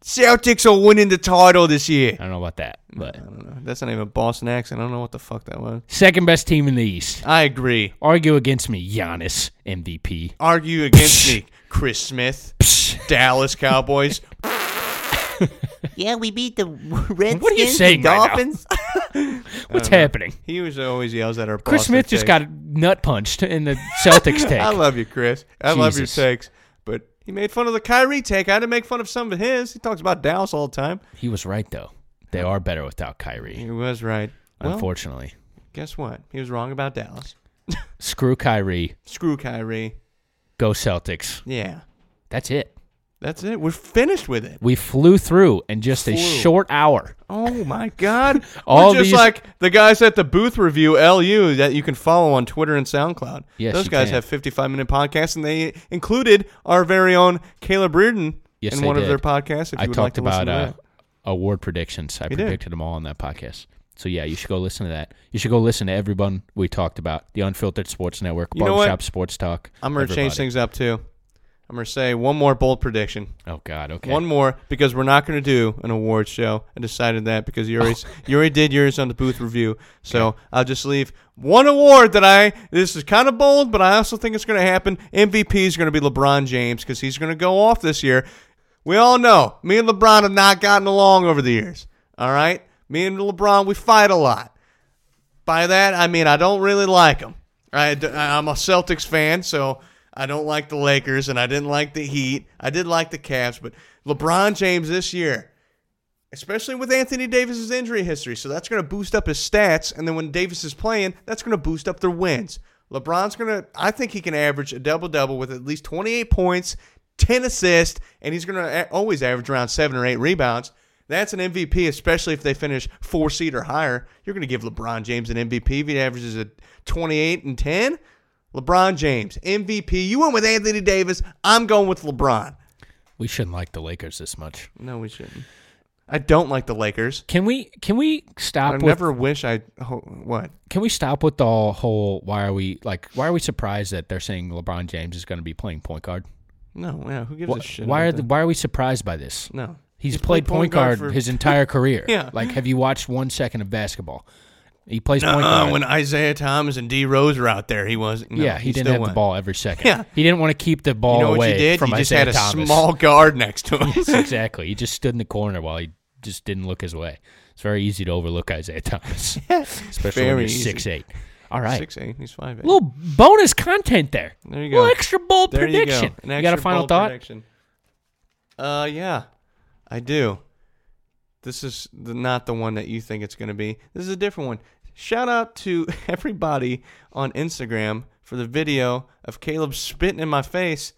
S2: Celtics are winning the title this year.
S1: I don't know about that, but
S2: That's not even a Boston accent. I don't know what the fuck that was.
S1: second best team in the East.
S2: I agree.
S1: Argue against me, Giannis MVP.
S2: Argue against me, Chris Smith, Dallas Cowboys.
S9: Yeah, we beat the Redskins.
S1: What are you saying
S9: The
S1: right now?
S9: Dolphins.
S1: What's
S2: I don't know.
S1: happening?
S2: He was always yells at our
S1: Chris
S2: Boston
S1: Smith just
S2: takes.
S1: got nut punched in the Celtics take.
S2: I love you, Chris. I love your
S1: Jesus.
S2: takes, but he made fun of the Kyrie take. I had to make fun of some of his. He talks about Dallas all the time.
S1: He was right though. They are better without Kyrie.
S2: He was right. Well,
S1: Unfortunately,
S2: guess what? He was wrong about Dallas.
S1: screw Kyrie.
S2: Screw Kyrie.
S1: Go Celtics.
S2: Yeah,
S1: That's it.
S2: That's it. We're finished with it.
S1: We flew through in just a
S2: Flew.
S1: short hour.
S2: Oh my God!
S1: All
S2: We're just
S1: these-
S2: like the guys at the booth review LU that you can follow on Twitter and SoundCloud.
S1: Yes,
S2: those
S1: you
S2: guys
S1: can.
S2: have 55 minute podcasts, and they included our very own Caleb Reardon
S1: Yes,
S2: in
S1: they
S2: one of
S1: did.
S2: their podcasts. If
S1: I
S2: you would
S1: talked
S2: like to listen
S1: about
S2: to
S1: uh,
S2: that.
S1: award predictions. I
S2: You did.
S1: predicted them all on that podcast. So yeah, you should go listen to that. You should go listen to everyone we talked about. The Unfiltered Sports Network,
S2: You know what?
S1: Barbershop Sports Talk.
S2: I'm gonna change
S1: everybody.
S2: things up too. I'm gonna say one more bold prediction.
S1: Oh God! Okay.
S2: One more because we're not gonna do an awards show. I decided that because you already you already did yours on the booth review. So I'll just leave one award that I this is kind of bold, but I also think it's gonna happen. MVP is gonna be LeBron James because he's gonna go off this year. We all know me and LeBron have not gotten along over the years. All right, me and LeBron we fight a lot. By that, I mean I don't really like them. I, am a Celtics fan, so I don't like the Lakers, and I didn't like the Heat. I did like the Cavs, but LeBron James this year, especially with Anthony Davis's injury history, so that's going to boost up his stats. And then when Davis is playing, that's going to boost up their wins. LeBron's going to, I think he can average a double double with at least 28 points, 10 assists, and he's going to always average around seven or eight rebounds. That's an MVP, especially if they finish four seed or higher. You're going to give LeBron James an MVP if he averages a 28 and 10. LeBron James, MVP. You went with Anthony Davis. I'm going with LeBron.
S1: We shouldn't like the Lakers this much.
S2: No, we shouldn't. I don't like the Lakers.
S1: Can we? Can we stop?
S2: I
S1: with-
S2: never wish I. ho- What?
S1: Can we stop with the whole? Why are we like? Why are we surprised that they're saying LeBron James is going to be playing point guard?
S2: No, yeah, who gives
S1: Why,
S2: a shit?
S1: why
S2: about
S1: are
S2: that?
S1: the, why are we surprised by this?
S2: No.
S1: he's,
S2: He's
S1: played, point guard,
S2: for-
S1: his entire career.
S2: Yeah.
S1: like have you watched one second of basketball? He plays
S2: Nuh-uh,
S1: point guard.
S2: when Isaiah Thomas and D Rose were out there, he wasn't. no,
S1: yeah, he, didn't
S2: still
S1: have
S2: won.
S1: the ball every second.
S2: Yeah.
S1: he didn't want to keep the ball
S2: you know
S1: away
S2: what you did?
S1: from
S2: you just
S1: Isaiah
S2: had a
S1: Thomas.
S2: small guard next to him.
S1: yes, exactly. He just stood in the corner while he just didn't look his way. It's very easy to overlook Isaiah Thomas, especially when
S2: Very
S1: you're
S2: easy.
S1: six eight. All right,
S2: six eight. He's five eight.
S1: little bonus content there.
S2: There you go.
S1: Little extra bold
S2: There you go.
S1: prediction.
S2: An
S1: You, got a
S2: extra
S1: final
S2: bold
S1: thought?
S2: prediction. Uh, yeah, I do. This is the, not the one that you think it's going to be. This is a different one. Shout out to everybody on Instagram for the video of Caleb spitting in my face.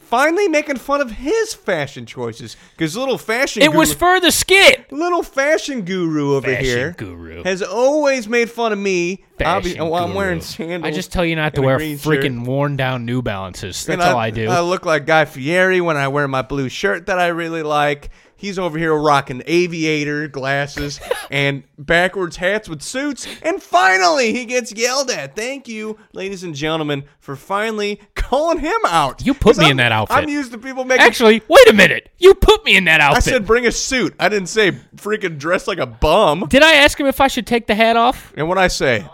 S2: Finally making fun of his fashion choices because little fashion
S1: It was
S2: guru-
S1: for the skit.
S2: little fashion guru over
S1: Fashion
S2: here
S1: guru.
S2: has always made fun of me. Obvi-
S1: Fashion
S2: oh, I'm
S1: guru.
S2: wearing sandals.
S1: I just tell you not to
S2: and a
S1: wear
S2: green shirt.
S1: freaking worn down New Balances. That's
S2: And
S1: all I do.
S2: I look like Guy Fieri when I wear my blue shirt that I really like. He's over here rocking aviator glasses and backwards hats with suits. And finally, he gets yelled at. Thank you, ladies and gentlemen, for finally calling him out.
S1: you put
S2: 'Cause
S1: me
S2: I'm-
S1: in that outfit.
S2: I'm used to people making.
S1: Actually, wait a minute. You put me in that outfit.
S2: I said bring a suit. I didn't say freaking dress like a bum.
S1: Did I ask him if I should take the hat off?
S2: And what I say?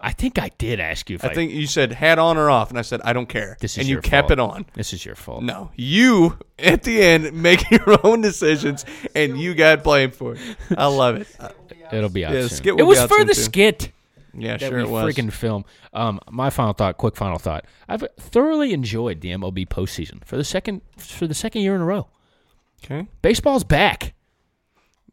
S1: I think I did ask you if I,
S2: I think you said hat on or off, and I said I don't care.
S1: This is
S2: and you
S1: your
S2: kept
S1: fault.
S2: it on.
S1: This is your fault.
S2: No, you at the end make your own decisions, and you got blamed for it. I love it.
S1: It'll be out
S2: Yeah,
S1: soon.
S2: skit will
S1: it
S2: be
S1: was
S2: out
S1: for
S2: soon,
S1: the
S2: too.
S1: skit.
S2: Yeah,
S1: that
S2: sure
S1: we
S2: it was.
S1: Freaking film. Um, my final thought, quick final thought. I've thoroughly enjoyed the MLB postseason for the second for the second year in a row.
S2: Okay.
S1: Baseball's back.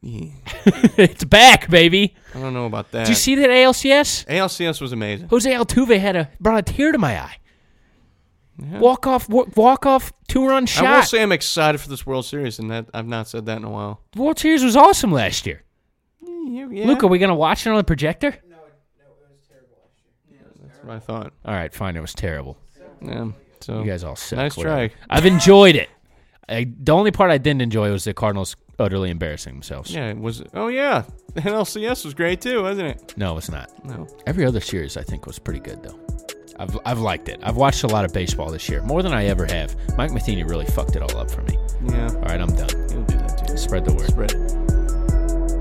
S1: it's back, baby.
S2: I don't know about that.
S1: Did you see that ALCS?
S2: ALCS was amazing.
S1: Jose Altuve had a brought a tear to my eye. Walk off, walk off, two run shot.
S2: I will say I'm excited for this World Series, and that I've not said that in a while.
S1: World Series was awesome last year.
S2: Yeah,
S1: Luke, are we gonna watch it on the projector?
S2: that's what I thought.
S1: All right, fine. It was terrible.
S2: Yeah. So
S1: You guys all suck.
S2: Nice
S1: whatever.
S2: try.
S1: I've enjoyed it. I, the only part I didn't enjoy was the Cardinals utterly embarrassing themselves.
S2: Yeah, it was. Oh yeah, NLCS was great too, wasn't it?
S1: No, it's not.
S2: No.
S1: Every other series I think was pretty good though. I've I've liked it. I've watched a lot of baseball this year, more than I ever have. Mike Matheny really fucked it all up for me.
S2: Yeah.
S1: All right, I'm done.
S2: He'll do that too.
S1: Spread the word.
S2: Spread it.